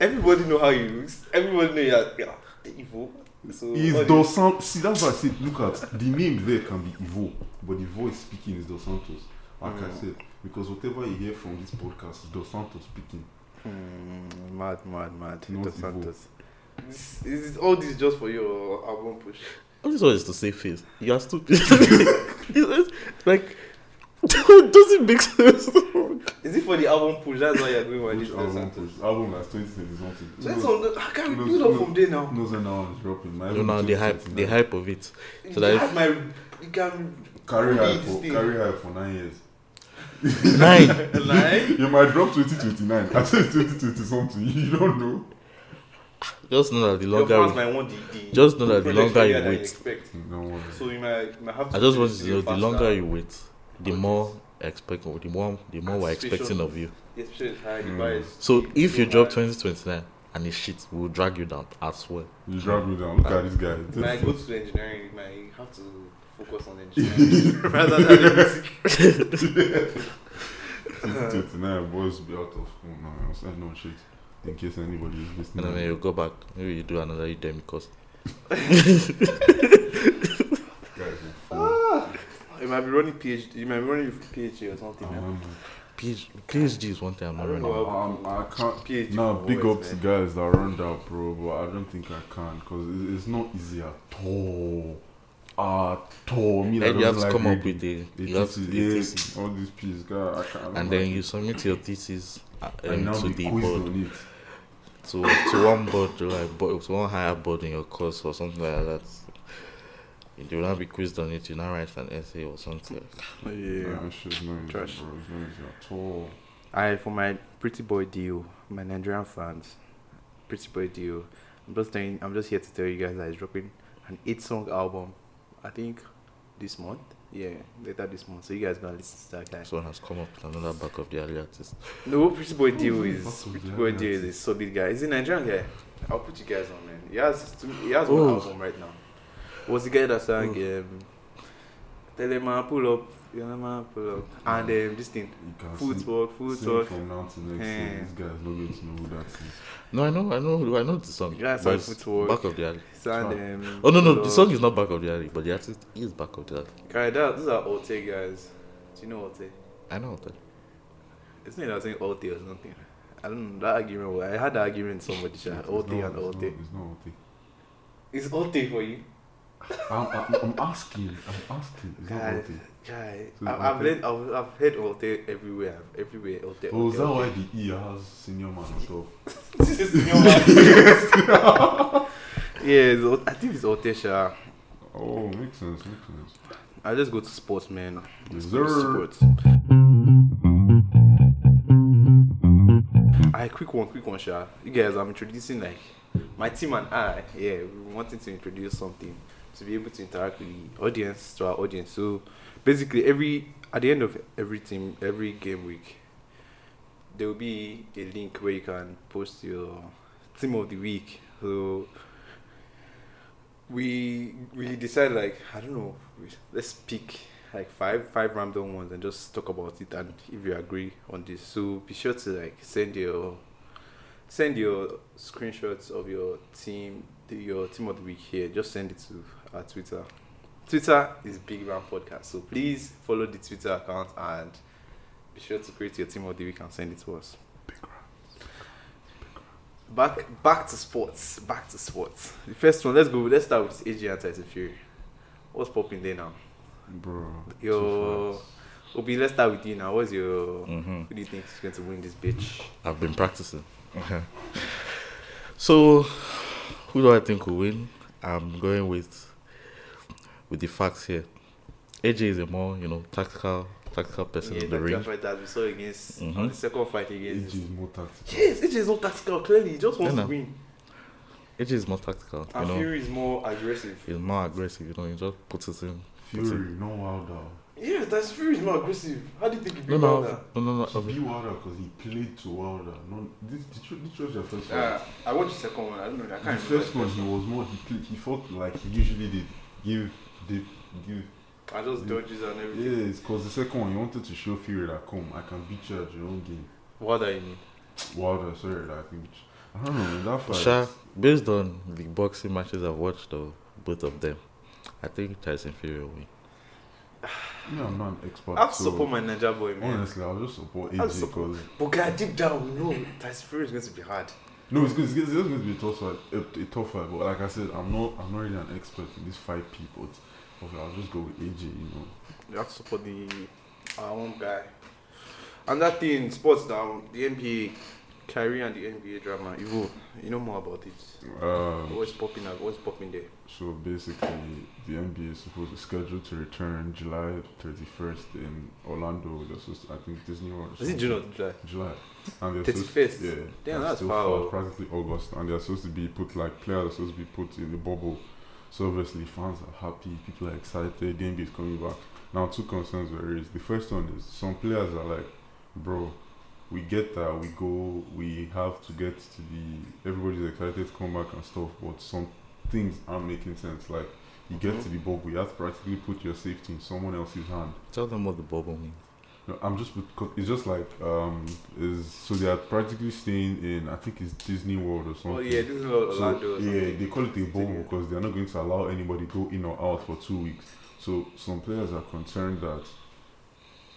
Speaker 1: Everybody know how you looks. Everybody know you're, you're the evil. So
Speaker 2: Is
Speaker 1: what
Speaker 2: Dos Santos. See, that's what I said. Look at the name there can be Evo, but the voice speaking is Dos Santos. Like I
Speaker 1: Mm.
Speaker 2: said, because whatever you hear from this podcast is Dos Santos speaking.
Speaker 1: Hmm, mad, mad, mad.
Speaker 2: Not
Speaker 1: Dos
Speaker 2: evil.
Speaker 1: Santos. This, is all this just for your album push?
Speaker 3: All this one is to save face. You are stupid. It's like, it doesn't make sense.
Speaker 1: Is it for the album push? That's why you're going with
Speaker 2: Which
Speaker 1: this Dos
Speaker 2: album?
Speaker 1: Santos.
Speaker 2: was- Album that's 2021.
Speaker 1: So it's on the, I can't
Speaker 2: No,
Speaker 1: build up
Speaker 2: no.
Speaker 1: from there now.
Speaker 2: No, so now I'm dropping. My
Speaker 3: You know, the hype, the hype of it.
Speaker 1: You
Speaker 3: So that if-
Speaker 1: have my, you can
Speaker 2: Carry
Speaker 1: Read
Speaker 2: hype
Speaker 1: this
Speaker 2: for
Speaker 1: thing.
Speaker 2: carry hype for nine years.
Speaker 3: Nine.
Speaker 1: lie.
Speaker 2: You might drop 2029. I said 2020 something. You don't know.
Speaker 3: Just know that the
Speaker 1: Your
Speaker 3: longer
Speaker 1: fans
Speaker 3: we,
Speaker 1: might want the, the
Speaker 3: just know that the
Speaker 1: product
Speaker 3: longer
Speaker 1: earlier
Speaker 3: you
Speaker 1: than
Speaker 3: wait,
Speaker 1: expect.
Speaker 2: Don't worry.
Speaker 1: So you might, you might have to
Speaker 3: I just want
Speaker 1: finish
Speaker 3: you
Speaker 1: the
Speaker 3: to know the
Speaker 1: faster.
Speaker 3: longer you wait, the
Speaker 1: Yes.
Speaker 3: more expect, the more, the more we're
Speaker 1: Anticipation.
Speaker 3: expecting of you.
Speaker 1: The expectation is high, the
Speaker 2: Mm.
Speaker 1: bar is-
Speaker 3: So if you
Speaker 1: Yeah.
Speaker 3: drop 2029 and it's shit, we'll drag you down. I swear.
Speaker 2: You drag me down. Look at this guy.
Speaker 1: You might go to engineering, you might have to focus on engineering rather than the music.
Speaker 2: 2029 boys be out of school now. I said no shit. In case anybody is
Speaker 3: And then
Speaker 2: listening.
Speaker 3: you go back. Maybe you do another Udemy course.
Speaker 2: Guys, will fall.
Speaker 1: You might be running PhD, you might be running PhD or something.
Speaker 2: Ah,
Speaker 1: huh?
Speaker 2: man.
Speaker 3: PhD, PhD is one thing I'm
Speaker 1: I
Speaker 3: not
Speaker 1: don't
Speaker 3: running.
Speaker 1: know.
Speaker 2: Um, I can't.
Speaker 1: PhD.
Speaker 2: Nah,
Speaker 1: for
Speaker 2: big
Speaker 1: boys,
Speaker 2: ups to
Speaker 1: man.
Speaker 2: guys that run that, bro. But I don't think I can because it's not easy at all. At all. Me, that
Speaker 3: Then you have to
Speaker 2: doesn't like
Speaker 3: come up
Speaker 2: reading.
Speaker 3: with the,
Speaker 2: The
Speaker 3: you have to,
Speaker 2: thesis,
Speaker 3: the
Speaker 2: yeah,
Speaker 3: thesis.
Speaker 2: all these pieces, guy. I can't. I don't
Speaker 3: and
Speaker 2: like
Speaker 3: then
Speaker 2: it.
Speaker 3: you submit your thesis uh,
Speaker 2: and
Speaker 3: um,
Speaker 2: now
Speaker 3: to
Speaker 2: we
Speaker 3: the
Speaker 2: quizzed
Speaker 3: board
Speaker 2: on it.
Speaker 3: to, to one board to like board, to one higher board in your course or something like that. You will not be quizzed on it. You now write an essay or something.
Speaker 2: Yeah, shit's not easy,
Speaker 1: Trash.
Speaker 2: bro. E, It's not easy at all.
Speaker 1: I for my pretty boy deal, my Nigerian fans, pretty boy deal. I'm just telling, I'm just here to tell you guys that he's dropping an eight song album. I think this month, yeah, later this month. So you guys gonna listen to that guy.
Speaker 3: Someone has come up with another back of the alley artist.
Speaker 1: No, pretty boy deal
Speaker 2: Ooh,
Speaker 1: is
Speaker 2: that's what
Speaker 1: pretty
Speaker 2: the
Speaker 1: boy
Speaker 2: other
Speaker 1: deal is a
Speaker 2: artist.
Speaker 1: solid guy. He's a Nigerian guy. I'll put you guys on, man. He has two, he has
Speaker 3: Oh.
Speaker 1: one album right now. Was the guy that sang um, Tell him man pull up. You know man pull up. And um, this thing.
Speaker 2: You can
Speaker 1: Food
Speaker 2: see,
Speaker 1: talk, food
Speaker 2: see
Speaker 1: talk.
Speaker 2: from now to next year.
Speaker 1: Eh.
Speaker 2: This guy is not going to know who that is.
Speaker 3: No, I know, I know, I know the song.
Speaker 1: Yeah, it's
Speaker 3: but
Speaker 1: on
Speaker 3: it's
Speaker 1: Footwork.
Speaker 3: Back of the alley.
Speaker 1: Sand um,
Speaker 3: Oh no, no,
Speaker 1: pull
Speaker 3: the
Speaker 1: up.
Speaker 3: song is not back of the alley, but the artist is back of the alley.
Speaker 1: Guy, that, those are Ote guys. Do you know Ote?
Speaker 3: I know that.
Speaker 1: Isn't it that saying Ote or something? I don't know. That argument, was- I had that argument with somebody. Sha.
Speaker 2: It's
Speaker 1: Ote
Speaker 2: not-
Speaker 1: and
Speaker 2: it's
Speaker 1: Ote.
Speaker 2: not- It's not Ote.
Speaker 1: It's Ote for you.
Speaker 2: I'm, I'm, I'm asking. I'm asking. It's not
Speaker 1: Guy,
Speaker 2: Ote.
Speaker 1: guy.
Speaker 2: So
Speaker 1: I, I've,
Speaker 2: Ote.
Speaker 1: learned, I've, I've heard Ote everywhere. Everywhere. Ote.
Speaker 2: Oh, is
Speaker 1: Ote,
Speaker 2: that
Speaker 1: Ote.
Speaker 2: why the E has senior man on top?
Speaker 1: This is new man. yeah, it's, Ote- I think it's Ote, Sha.
Speaker 2: Oh, makes sense, makes sense.
Speaker 1: I just go to sports, man.
Speaker 2: Yes,
Speaker 1: Go to
Speaker 2: sir.
Speaker 1: Sports. I quick one, quick one, Sha. You guys, I'm introducing like my team and I. Yeah, we wanted to introduce something to be able to interact with the audience, to our audience. So basically, every at the end of every team, every game week, there will be a link where you can post your team of the week. So we we decide like I don't know. we- Let's pick like five five random ones and just talk about it and if you agree on this. So be sure to like send your send your screenshots of your team the- your team of the week here. Just send it to our Twitter. Twitter is Big Ram Podcast. So please follow the Twitter account and be sure to create your team of the week and send it to us. Back back to sports. Back to sports. The first one, let's go. Let's start with AG and Tyson Fury. What's popping there now?
Speaker 2: Bro.
Speaker 1: Yo.
Speaker 2: too fast.
Speaker 1: Obi, let's start with you now. What's your
Speaker 3: Mm-hmm.
Speaker 1: who do you think is going to win this bitch?
Speaker 3: I've been practicing. so, who do I think will win? I'm going with with the facts here. AJ is a more you know tactical tactical person in the
Speaker 1: like that
Speaker 3: ring.
Speaker 1: fight that we saw against
Speaker 3: Mhm.
Speaker 1: on the second fight
Speaker 2: Age
Speaker 1: against.
Speaker 2: is more tactical.
Speaker 1: Yes, AJ is not tactical. Clearly, he just wants
Speaker 3: Yeah,
Speaker 1: to
Speaker 3: no.
Speaker 1: win.
Speaker 3: AJ is more tactical. You
Speaker 1: And
Speaker 3: know,
Speaker 1: Fury is more aggressive.
Speaker 3: he's more aggressive. You know, he just puts it in.
Speaker 2: Fury, no Wilder.
Speaker 1: Yes, that's Fury is more aggressive. How do you think he
Speaker 3: No,
Speaker 1: beat
Speaker 3: no,
Speaker 1: Wilder?
Speaker 3: no, no, no.
Speaker 2: He beat Wilder because he played to Wilder. No, this, the truth the truth is your first
Speaker 1: Uh,
Speaker 2: fight.
Speaker 1: I watched the second one. I don't know. I
Speaker 2: The
Speaker 1: can't
Speaker 2: first
Speaker 1: remember.
Speaker 2: one, he was more, he, played, he fought like he usually did. Give, give, give.
Speaker 1: I just dodges and everything.
Speaker 2: Yeah, it's because the second one, he wanted to show Fury that, come, I can beat you at your own game.
Speaker 1: What do you mean?
Speaker 2: Wilder, sorry, that I can beat you. I don't know, in that fight.
Speaker 3: Sha, based on the boxing matches I've watched, though, both of them, I think Tyson Fury will win.
Speaker 2: Me, I'm not an expert.
Speaker 1: I have to
Speaker 2: so
Speaker 1: support my Ninja boy, man.
Speaker 2: Honestly, I'll just support
Speaker 1: I'll
Speaker 2: AJ
Speaker 1: support-
Speaker 2: because
Speaker 1: But guy, deep down, no, Tyson Fury is going to be hard.
Speaker 2: no, it's, good- it's, good- it's just going to be a tough fight. A, a tough fight, but like I said, I'm not I'm not really an expert in this fight P, but okay, I'll just go with AJ. You know,
Speaker 1: You have to support the our own guy. And that thing, sports now, the NBA, Kyrie and the NBA drama. Ivo, you know more about it.
Speaker 2: Um,
Speaker 1: What's popping? up? What's popping there?
Speaker 2: so basically, the NBA is supposed to scheduled to return July 31st in Orlando. They're supposed to, I think Disney World. or
Speaker 1: Is it
Speaker 2: something.
Speaker 1: June or July?
Speaker 2: July. And they're
Speaker 1: 31st?
Speaker 2: Supposed, yeah.
Speaker 1: Damn, that's
Speaker 2: still
Speaker 1: foul.
Speaker 2: Practically August, and they're supposed to be put like players are supposed to be put in the bubble. So obviously fans are happy, people are excited. The NBA is coming back. Now two concerns were raised. The first one is some players are like, bro, we get that we go, we have to get to the everybody's excited to come back and stuff, but some things aren't making sense. Like you get
Speaker 1: Mhm.
Speaker 2: to the bubble, you have to practically put your safety in someone else's hand.
Speaker 3: Tell them what the bubble means.
Speaker 2: No, I'm just because it's just like um is so they are practically staying in I think it's Disney World or something.
Speaker 1: Oh yeah, this is not
Speaker 2: So,
Speaker 1: Orlando. or
Speaker 2: yeah,
Speaker 1: something.
Speaker 2: they call it a bubble
Speaker 1: Disney.
Speaker 2: because they are not going to allow anybody go in or out for two weeks. So some players are concerned that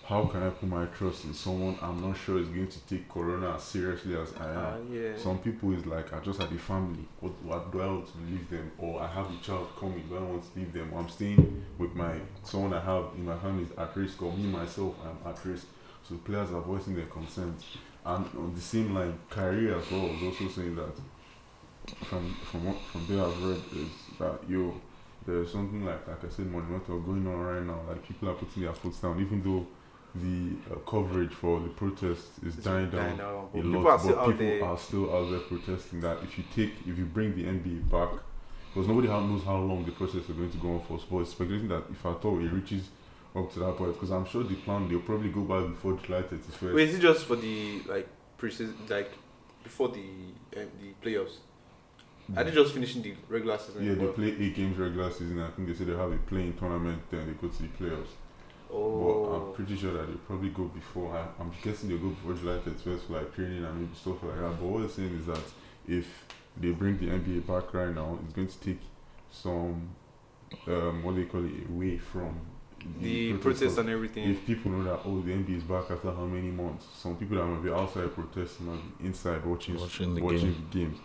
Speaker 2: how can I put my trust in someone I'm not sure is going to take Corona as seriously as I am.
Speaker 1: Ah, yeah.
Speaker 2: Some people is like I just had a family. What, what do I want to leave them? Or I have a child coming. Do I want to leave them? I'm staying with my someone I have in my family is at risk, or me myself I'm at risk. So players are voicing their concerns, and on the same line, Kyrie as well was also saying that from from what from there I've read is that yo there's something like like I said monumental going on right now. Like people are putting their foot down, even though the uh, coverage for the protest is
Speaker 1: It's
Speaker 2: dying down
Speaker 1: But
Speaker 2: a
Speaker 1: people
Speaker 2: lot,
Speaker 1: are still
Speaker 2: but
Speaker 1: out
Speaker 2: people
Speaker 1: there.
Speaker 2: are still out there protesting that if you take, if you bring the NBA back, because nobody how- knows how long the process is going to go on for. So it's speculating that if at all it reaches up to that point, because I'm sure the plan they'll probably go back before July 31st.
Speaker 1: Wait, is it just for the like preseason, like before the uh, the eh, playoffs? Are they just finishing the regular season?
Speaker 2: Mm. Yeah, they
Speaker 1: Well,
Speaker 2: play eight games regular season. I think they say they have a playing tournament, then they go to the playoffs. But um, I'm
Speaker 1: Oh,
Speaker 2: pretty sure that they probably go before. I, I'm guessing they go before July 31st for like training and maybe stuff like that. But what they're saying is that if they bring the NBA back right now, it's going to take some um, what do you call it away from
Speaker 1: the
Speaker 2: protest.
Speaker 1: protests and everything.
Speaker 2: If people know that oh the NBA is back after how many months, some people that might be outside protesting might be inside watching
Speaker 3: Watching the game.
Speaker 2: the games.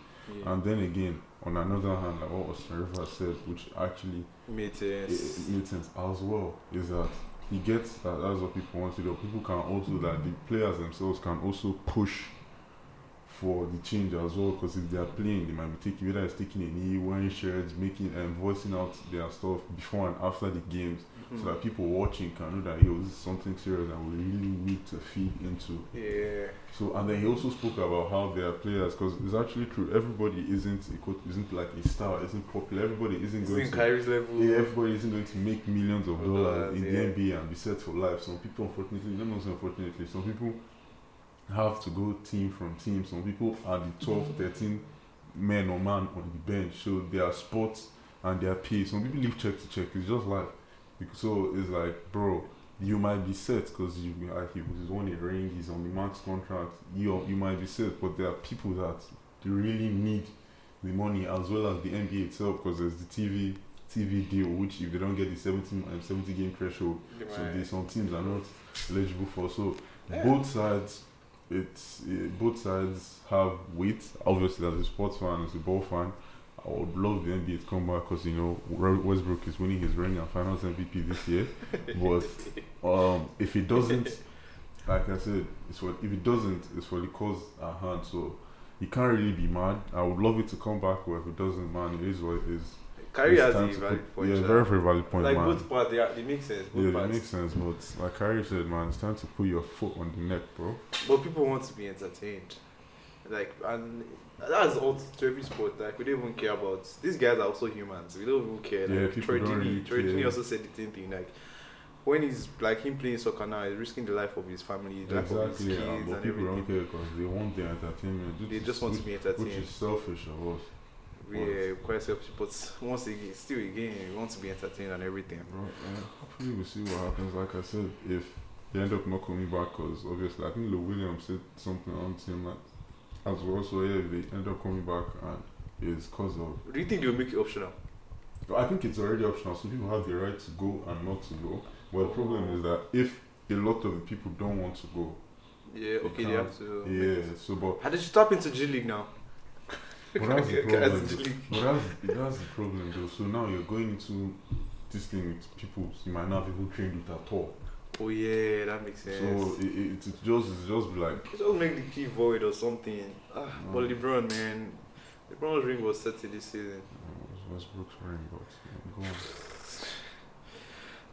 Speaker 1: Yeah.
Speaker 2: And then again, on another hand, like what Austin Rivers said, which actually
Speaker 1: Mate,
Speaker 2: it, it
Speaker 1: yes.
Speaker 2: made sense as well is that he gets that that's what people want to do. People can also that the players themselves can also push for the change as well because if they are playing, they might be taking whether it's taking a knee, wearing shirts, making and voicing out their stuff before and after the games,
Speaker 1: Mm.
Speaker 2: so
Speaker 1: Mm-hmm.
Speaker 2: that people watching can know that yo, this is something serious and we really need to feed into.
Speaker 1: Yeah.
Speaker 2: So and then he also spoke about how their players because it's actually true. Everybody isn't a quote, isn't like a star, isn't popular. Everybody isn't
Speaker 1: It's
Speaker 2: going
Speaker 1: in
Speaker 2: to
Speaker 1: Kyrie's level.
Speaker 2: yeah, everybody isn't going to make millions of
Speaker 1: Dollars,
Speaker 2: dollars in
Speaker 1: yeah.
Speaker 2: the NBA and be set for life. Some people, unfortunately, let me not say unfortunately, some people have to go team from team. Some people are the 12, 13 men or man on the bench. So their sports and their pay. Some people live check to check. It's just life. Bec- So it's like, bro, you might be set because you uh, he he's won a ring, he's on the max contract. You you might be set, but there are people that they really need the money as well as the NBA itself because there's the TV TV deal, which if they don't get the 70, um, 70 game threshold,
Speaker 1: Right.
Speaker 2: so there's some teams are not eligible for. So
Speaker 1: Yeah.
Speaker 2: both sides, it's uh, both sides have weight. Obviously, as a sports fan, as a ball fan, I would love the NBA to come back because you know Ro- Westbrook is winning his ring and Finals MVP this year. but um, if it doesn't, like I said, it's for if it doesn't, it's for the cause at hand. So. You can't really be mad. I would love it to come back, but if it doesn't, man, it is what it is.
Speaker 1: Kyrie
Speaker 2: It's
Speaker 1: has a
Speaker 2: time to
Speaker 1: valid
Speaker 2: put-
Speaker 1: point.
Speaker 2: Yeah,
Speaker 1: sha.
Speaker 2: very, very valid point,
Speaker 1: like
Speaker 2: man.
Speaker 1: both parts, they, are, they make sense. Both
Speaker 2: yeah, that
Speaker 1: parts.
Speaker 2: makes sense, but like Kyrie said, man, it's time to put your foot on the neck, bro.
Speaker 1: But people want to be entertained. Like, and that's all to, to every sport. Like, we don't even care about these guys are also humans. We don't even care.
Speaker 2: Yeah,
Speaker 1: Like,
Speaker 2: people
Speaker 1: Troy
Speaker 2: don't
Speaker 1: Deeney,
Speaker 2: really
Speaker 1: Troy Deeney
Speaker 2: care.
Speaker 1: also said the same thing. Like, when he's like him playing soccer now, he's risking the life of his family, the life of his
Speaker 2: exactly,
Speaker 1: kids,
Speaker 2: yeah,
Speaker 1: and
Speaker 2: but people don't
Speaker 1: everything.
Speaker 2: care because they want their entertainment. which
Speaker 1: They
Speaker 2: is-
Speaker 1: just want to
Speaker 2: which,
Speaker 1: be
Speaker 2: Which
Speaker 1: entertained.
Speaker 2: is selfish of us,
Speaker 1: Yeah, quite selfish. But once again, still again, we want to be entertained and everything.
Speaker 2: bro. And hopefully, we'll see what happens. Like I said, if they end up not coming back, because obviously, I think Lou Williams said something on the same like, as well. So, yeah, if they end up coming back and it's cause of
Speaker 1: Do you think they'll make it optional?
Speaker 2: Well, I think it's already optional. So people have the right to go and not to go. But the problem is that if a lot of the people don't want to go,
Speaker 1: Yeah, okay, they
Speaker 2: can't.
Speaker 1: have to. make
Speaker 2: yeah.
Speaker 1: it.
Speaker 2: So, but
Speaker 1: How did you tap into G League now?
Speaker 2: but that's the problem.
Speaker 1: Guys, G League.
Speaker 2: But that's that's the problem though. So now you're going into this thing with people you might not have even trained with at all.
Speaker 1: Oh yeah, that makes sense.
Speaker 2: So it, it, it's just it's just be like
Speaker 1: just make the key void or something. Ah, But
Speaker 2: Mm.
Speaker 1: LeBron, man, LeBron's ring was 30 this season.
Speaker 2: uh, Westbrook's ring, but yeah, go on.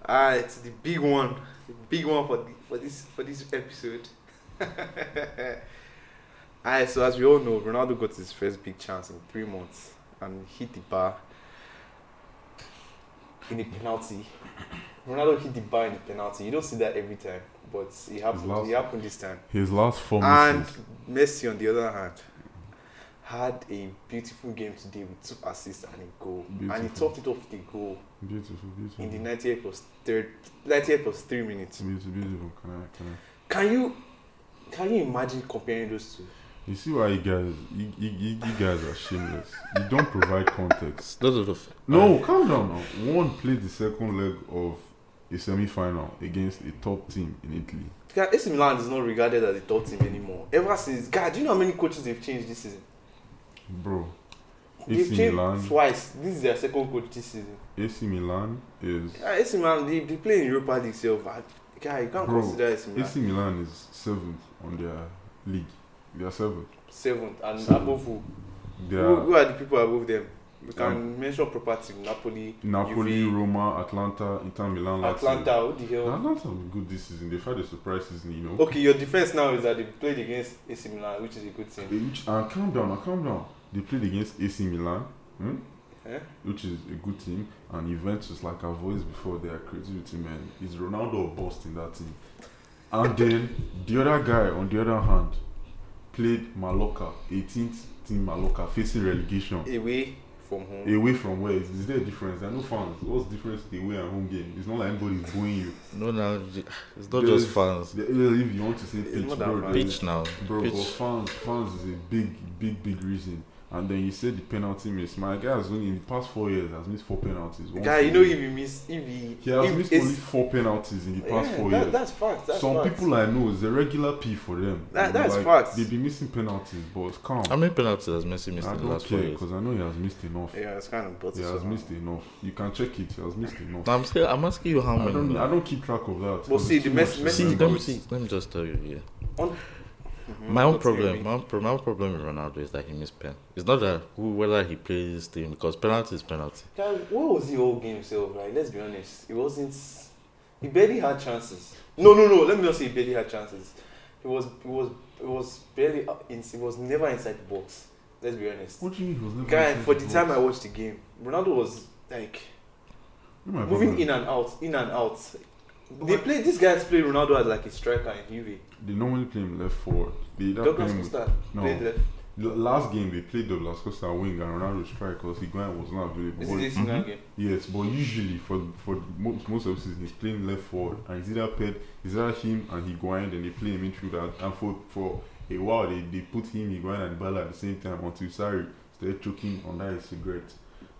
Speaker 1: Ah, it's the big one, the big one for the, for this for this episode. Alright, so as we all know, Ronaldo got his first big chance in three months and hit the bar in a penalty. Ronaldo hit the bar in the penalty. You don't see that every time, but it happened.
Speaker 2: last-
Speaker 1: It happened this time.
Speaker 2: His last four
Speaker 1: And
Speaker 2: misses.
Speaker 1: Messi, on the other hand, had a beautiful game today with two assists and a goal. And he
Speaker 2: Beautiful.
Speaker 1: topped it off with a goal
Speaker 2: Beautiful, beautiful.
Speaker 1: in the 98 plus, third, 98 plus 3 minutes.
Speaker 2: Beautiful, beautiful. Can I, can I?
Speaker 1: Can you can you imagine comparing those two?
Speaker 2: You see why you guys, you, you, you you guys are shameless. You don't provide context.
Speaker 3: No, no, no.
Speaker 2: No, calm down now. One played the second leg of a semi final against a top team in Italy.
Speaker 1: Guy, AC Milan is not regarded as a top team anymore. Ever since, God, do you know how many coaches they've changed this season?
Speaker 2: Bro,
Speaker 1: They've
Speaker 2: AC
Speaker 1: changed
Speaker 2: Milan.
Speaker 1: twice. This is their second coach this season.
Speaker 2: AC Milan is.
Speaker 1: Yeah, AC Milan, they, they play in Europa League itself. Guy, you can't
Speaker 2: Bro,
Speaker 1: consider AC Milan
Speaker 2: AC Milan is seventh on their league. They are seventh.
Speaker 1: seventh and
Speaker 2: Seventh.
Speaker 1: above who?
Speaker 2: They
Speaker 1: Who,
Speaker 2: are
Speaker 1: who are the people above them? We can mention proper team Napoli,
Speaker 2: Napoli,
Speaker 1: Juve,
Speaker 2: Roma, Atlanta, Inter Milan, Lazio.
Speaker 1: Atlanta. Who the hell?
Speaker 2: Atlanta was good this season. They've had a surprise season, you know.
Speaker 1: Okay, your defense now is that they played against AC Milan, which is a good team.
Speaker 2: Which, and calm down, and calm down. They played against AC Milan. Hmm?
Speaker 1: Eh?
Speaker 2: which is a good team, and Juventus, like I've always before, they are creativity man. Is Ronaldo a bust in that team? And then the other guy, on the other hand, played Mallorca, 18th team Mallorca, facing relegation.
Speaker 1: Away from home.
Speaker 2: Away from where? Is, is there a difference? There are no fans. What's the difference with away and home game? It's not like anybody's booing you.
Speaker 3: No, no, it's not
Speaker 2: There's-
Speaker 3: just fans.
Speaker 2: The- If you want to say pitch,
Speaker 1: not that
Speaker 2: bro,
Speaker 1: bad.
Speaker 2: there's-
Speaker 3: Pitch now.
Speaker 2: Bro, but
Speaker 3: Pitch.
Speaker 2: fans, fans is a big, big, big reason. And then you said the penalty miss. My guy has only in the past four years has missed four penalties. One
Speaker 1: Guy, you
Speaker 2: for-
Speaker 1: know if you miss, if he,
Speaker 2: he has
Speaker 1: if
Speaker 2: missed
Speaker 1: it's-
Speaker 2: only four penalties in the past
Speaker 1: Yeah,
Speaker 2: four
Speaker 1: that-
Speaker 2: years.
Speaker 1: That's fact. That's
Speaker 2: Some
Speaker 1: fact.
Speaker 2: people I know is a regular P for them.
Speaker 1: That-
Speaker 2: You
Speaker 1: that's
Speaker 2: know,
Speaker 1: facts.
Speaker 2: They be missing penalties, but it's calm.
Speaker 3: How many penalties has Messi missed
Speaker 2: I
Speaker 3: in the
Speaker 2: don't
Speaker 3: last four
Speaker 2: care
Speaker 3: years?
Speaker 2: because I know he has missed enough.
Speaker 1: Yeah, it's kind of
Speaker 2: He
Speaker 1: butter.
Speaker 2: has missed enough. You can check it. He has missed enough.
Speaker 3: No, I'm still, I'm asking you how
Speaker 2: I
Speaker 3: many.
Speaker 2: don't.
Speaker 3: now.
Speaker 2: I don't keep track of that. 'cause
Speaker 1: Well, see,
Speaker 2: it's
Speaker 1: the Messi-
Speaker 2: too much to
Speaker 1: Messi-
Speaker 3: See,
Speaker 2: remember.
Speaker 3: let me
Speaker 1: Remember.
Speaker 3: see. Let me just tell you here.
Speaker 1: Mhm,
Speaker 3: My own
Speaker 1: that's
Speaker 3: problem,
Speaker 1: scary.
Speaker 3: my own, pro- my own problem with Ronaldo is that he missed pen. It's not that who whether he plays this team because penalty is penalty.
Speaker 1: Guy, what was the whole game itself like? Let's be honest. It wasn't. He barely had chances. No, no, no. Let me not say he barely had chances. It was, it was, it was barely. up In, it was never inside the box. Let's be honest.
Speaker 2: What do you mean? he was never
Speaker 1: Guy,
Speaker 2: inside
Speaker 1: for the time I
Speaker 2: box?
Speaker 1: watched the game, Ronaldo was like
Speaker 2: You know my
Speaker 1: moving
Speaker 2: problem.
Speaker 1: in and out, in and out. They play these guys play Ronaldo as like a striker in Juve.
Speaker 2: They normally play him left forward. They that
Speaker 1: Douglas
Speaker 2: playing
Speaker 1: Costa
Speaker 2: no.
Speaker 1: played left.
Speaker 2: The last game they played Douglas Costa wing and Ronaldo strike because Higuain was not available.
Speaker 1: This
Speaker 2: But-
Speaker 1: is his
Speaker 3: Mhm.
Speaker 1: game.
Speaker 2: yes, but usually for for most, most of the season he's playing left forward and it's either paired, it's either him and Higuain then they play him midfield and, and for for a while they, they put him Higuain and Bala at the same time until Sarri started choking on that cigarette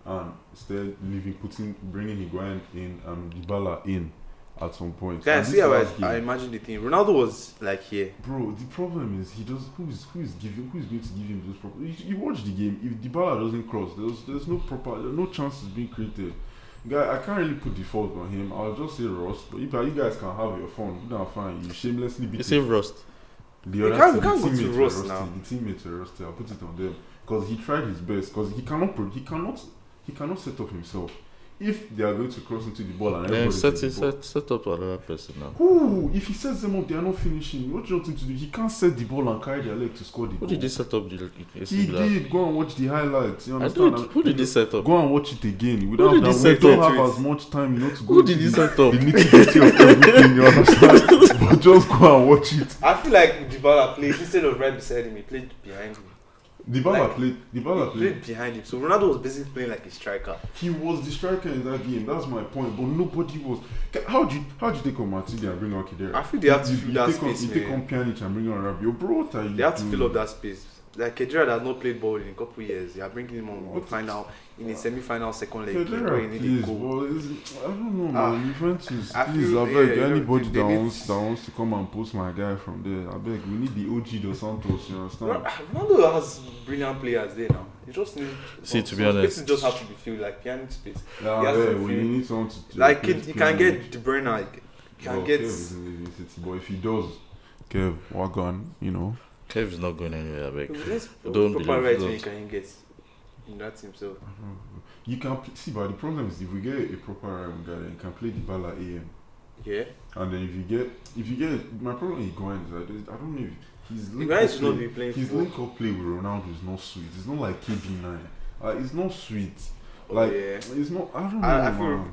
Speaker 2: and started leaving putting bringing Higuain in and Dybala in at some point.
Speaker 1: Guy,
Speaker 2: And
Speaker 1: see
Speaker 2: this
Speaker 1: how
Speaker 2: last
Speaker 1: I, I
Speaker 2: game-
Speaker 1: imagine the thing. Ronaldo was like here.
Speaker 2: Bro, the problem is he does. Who is who is giving? Who is going to give him those proper? You, you watch the game. If Dybala doesn't cross, there's there's no proper, no chances being created. Guy, I can't really put the fault on him. I'll just say Ross. But if you guys can have your fun, you know, fine. You shamelessly beat
Speaker 3: You see Rust.
Speaker 2: the
Speaker 1: You
Speaker 2: other
Speaker 1: can't-
Speaker 2: team,
Speaker 1: you can't
Speaker 2: the
Speaker 1: go to
Speaker 2: teammates were
Speaker 1: Ross
Speaker 2: rusty,
Speaker 1: now.
Speaker 2: The teammates were rusty. I'll put it on them because he tried his best. Because he cannot, pro- he cannot, he cannot set up himself. If they are going to cross into the ball and
Speaker 3: Then
Speaker 2: everybody's
Speaker 3: set
Speaker 2: at the
Speaker 3: it
Speaker 2: ball-
Speaker 3: set, set up to another person now.
Speaker 2: Ooh, if he sets them up, they are not finishing. What do you want him to do? He can't set the ball and carry their leg to score the
Speaker 3: Who
Speaker 2: goal.
Speaker 3: did they set up the AC
Speaker 2: He
Speaker 3: Milan?
Speaker 2: did. Go and watch the highlights. You
Speaker 3: I
Speaker 2: understand?
Speaker 3: don't, who did they set up?
Speaker 2: Go and watch it again. We don't,
Speaker 3: did
Speaker 2: have,
Speaker 3: he
Speaker 2: that, we
Speaker 3: set
Speaker 2: don't
Speaker 1: up?
Speaker 2: have as much time you know, to go
Speaker 3: Who did
Speaker 2: into
Speaker 3: they
Speaker 2: the,
Speaker 3: set up?
Speaker 2: the nitty-gritty of everything. You understand? but just go and watch it.
Speaker 1: I feel like Dybala played instead of right beside him, he played behind him.
Speaker 2: Dybala
Speaker 1: Like,
Speaker 2: played. Dybala
Speaker 1: He
Speaker 2: played.
Speaker 1: played behind him. So Ronaldo was basically playing like a striker.
Speaker 2: He was the striker in that game. That's my point. But nobody was. How do you how do you take on Martinelli and bring on Kidera?
Speaker 1: I feel they have to
Speaker 2: you,
Speaker 1: fill
Speaker 2: you
Speaker 1: that
Speaker 2: take on,
Speaker 1: space,
Speaker 2: You take
Speaker 1: man.
Speaker 2: on Mm. Pjanic and bring on Rabiot. Bro, what are you
Speaker 1: They have to
Speaker 2: doing?
Speaker 1: fill up that space. Like Kedira has not played ball in a couple of years. They are bringing him on the
Speaker 2: What?
Speaker 1: final in a semi-final second leg. game where he
Speaker 2: Federa,
Speaker 1: needed
Speaker 2: please,
Speaker 1: goal.
Speaker 2: well, it's- I don't know,
Speaker 1: Ah,
Speaker 2: man. Juventus,
Speaker 1: I
Speaker 2: please,
Speaker 1: feel-
Speaker 2: I beg
Speaker 1: yeah, you know,
Speaker 2: anybody
Speaker 1: they-
Speaker 2: that
Speaker 1: they need-
Speaker 2: wants that wants to come and post my guy from there. I beg, we need the OG Dos Santos. You
Speaker 1: Ro-
Speaker 2: understand?
Speaker 1: Ronaldo has brilliant players there now. You just need
Speaker 3: See, to be
Speaker 1: some
Speaker 3: honest-
Speaker 1: spaces just have to be filled like behind space.
Speaker 2: Yeah,
Speaker 1: has
Speaker 2: yeah,
Speaker 1: to
Speaker 2: we
Speaker 1: feel-
Speaker 2: need someone to to
Speaker 1: like
Speaker 2: replace
Speaker 1: it, you can
Speaker 2: Pjanic.
Speaker 1: get De Bruyne, you can
Speaker 2: Well,
Speaker 1: get
Speaker 2: Kev is in the city, but if he does, Kev, Wagon, you know,
Speaker 3: Kev is not going anywhere, I beg.
Speaker 1: let's
Speaker 3: Don't
Speaker 1: proper
Speaker 3: believe
Speaker 1: right
Speaker 3: that.
Speaker 1: wing can get in that team. So
Speaker 2: you can pl- see. But the problem is, if we get a proper right wing guy, then you can play the ball at AM.
Speaker 1: yeah,
Speaker 2: And then if you get, if you get, my problem with Higuain is I don't, I don't know. If he's
Speaker 1: you
Speaker 2: linked
Speaker 1: guys
Speaker 2: up
Speaker 1: should not
Speaker 2: with-
Speaker 1: be playing
Speaker 2: His
Speaker 1: football.
Speaker 2: link up play with Ronaldo is not sweet. It's not like KB9. Uh, it's not sweet.
Speaker 1: Oh,
Speaker 2: Like,
Speaker 1: yeah.
Speaker 2: it's not. I don't know.
Speaker 1: I, I feel
Speaker 2: man.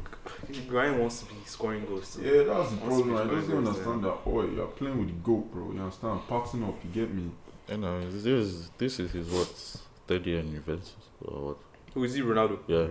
Speaker 1: Brian wants to be scoring goals. Too.
Speaker 2: Yeah, that's the
Speaker 1: Wants to be
Speaker 2: problem. I
Speaker 1: scoring
Speaker 2: just don't
Speaker 1: goals,
Speaker 2: understand that. Oh, you're playing with the goat, bro. You understand? Parting up, you get me?
Speaker 3: You know, this is this is his what third year in Juventus or what?
Speaker 1: Who is he? Ronaldo.
Speaker 3: Yeah,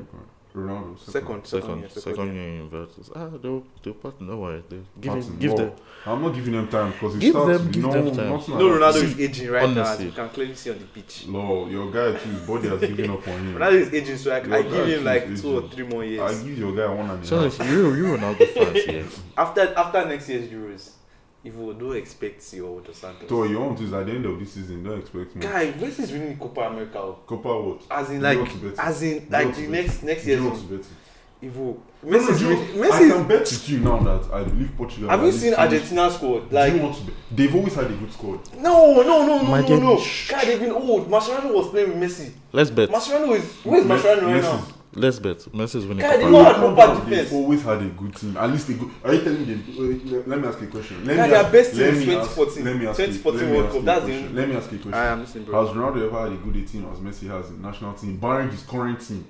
Speaker 2: Ronaldo.
Speaker 1: Oh, Second, second,
Speaker 3: second
Speaker 1: year,
Speaker 3: second
Speaker 1: year.
Speaker 3: year in Juventus. Ah, they'll they'll part. No worry, they'll give
Speaker 2: Martin,
Speaker 3: him, give
Speaker 2: no.
Speaker 3: them.
Speaker 2: I'm not giving them time because it
Speaker 3: Give
Speaker 2: starts
Speaker 3: them-
Speaker 2: with
Speaker 3: give
Speaker 2: no,
Speaker 3: them time.
Speaker 2: nothing
Speaker 1: No,
Speaker 2: like
Speaker 1: Ronaldo
Speaker 2: that.
Speaker 1: is aging right now. As
Speaker 3: honestly.
Speaker 1: you can clearly see on the pitch.
Speaker 2: Lord, your guy too, his body has given up on him.
Speaker 1: Ronaldo is aging, so I,
Speaker 2: Yeah,
Speaker 1: I give
Speaker 2: Ronaldo
Speaker 1: him like
Speaker 2: is
Speaker 1: two or
Speaker 2: aging.
Speaker 1: three more years.
Speaker 2: I give your guy one and a
Speaker 3: So
Speaker 2: half.
Speaker 3: if you you Ronaldo fans, yeah.
Speaker 1: After after next year's Euros, if we do expect your Dos Santos.
Speaker 2: So you want is at the end of this season, don't expect more.
Speaker 1: Guy, this is winning Copa America. oh.
Speaker 2: Copa what?
Speaker 1: As in
Speaker 2: You
Speaker 1: like,
Speaker 2: want to bet it?
Speaker 1: as in
Speaker 2: You
Speaker 1: like
Speaker 2: want
Speaker 1: the
Speaker 2: to
Speaker 1: next next
Speaker 2: Do
Speaker 1: year's.
Speaker 2: you want to bet it?
Speaker 1: Ivo.
Speaker 2: No, no,
Speaker 1: Messi,
Speaker 2: do
Speaker 1: no,
Speaker 2: you- I
Speaker 1: Messi.
Speaker 2: can bet with you now that I believe Portugal.
Speaker 1: Have
Speaker 2: are
Speaker 1: you
Speaker 2: at least
Speaker 1: seen
Speaker 2: finished.
Speaker 1: Argentina squad?
Speaker 2: do
Speaker 1: Like,
Speaker 2: you want to? Be, they've always had a good squad.
Speaker 1: no, no, no, no, no,
Speaker 3: Imagine-
Speaker 1: no. God, they've been old. Mascherano was playing with Messi.
Speaker 3: Let's bet.
Speaker 1: Mascherano is where's
Speaker 2: Mes-
Speaker 1: Mascherano right
Speaker 2: Messi's-
Speaker 1: now?
Speaker 3: Let's bet. Messi's winning.
Speaker 1: Guy, they
Speaker 3: Copa.
Speaker 1: don't have
Speaker 2: They've
Speaker 1: proper
Speaker 2: always-
Speaker 1: defense.
Speaker 2: They've always had a good team. At least a good. Are you telling them? Uh, let- let me ask you a question. Let
Speaker 1: Yeah,
Speaker 2: me
Speaker 1: their
Speaker 2: ask-
Speaker 1: best team
Speaker 2: let
Speaker 1: is
Speaker 2: me ask-
Speaker 1: 2014.
Speaker 2: Let me ask you-
Speaker 1: 2014
Speaker 2: let me
Speaker 1: World
Speaker 2: ask
Speaker 1: Cup,
Speaker 2: you a
Speaker 1: that's the
Speaker 2: question.
Speaker 1: only-
Speaker 2: Let me ask you a question.
Speaker 1: I am listening, bro.
Speaker 2: Has Ronaldo ever had a good 18 as Messi has in national team, barring his current team?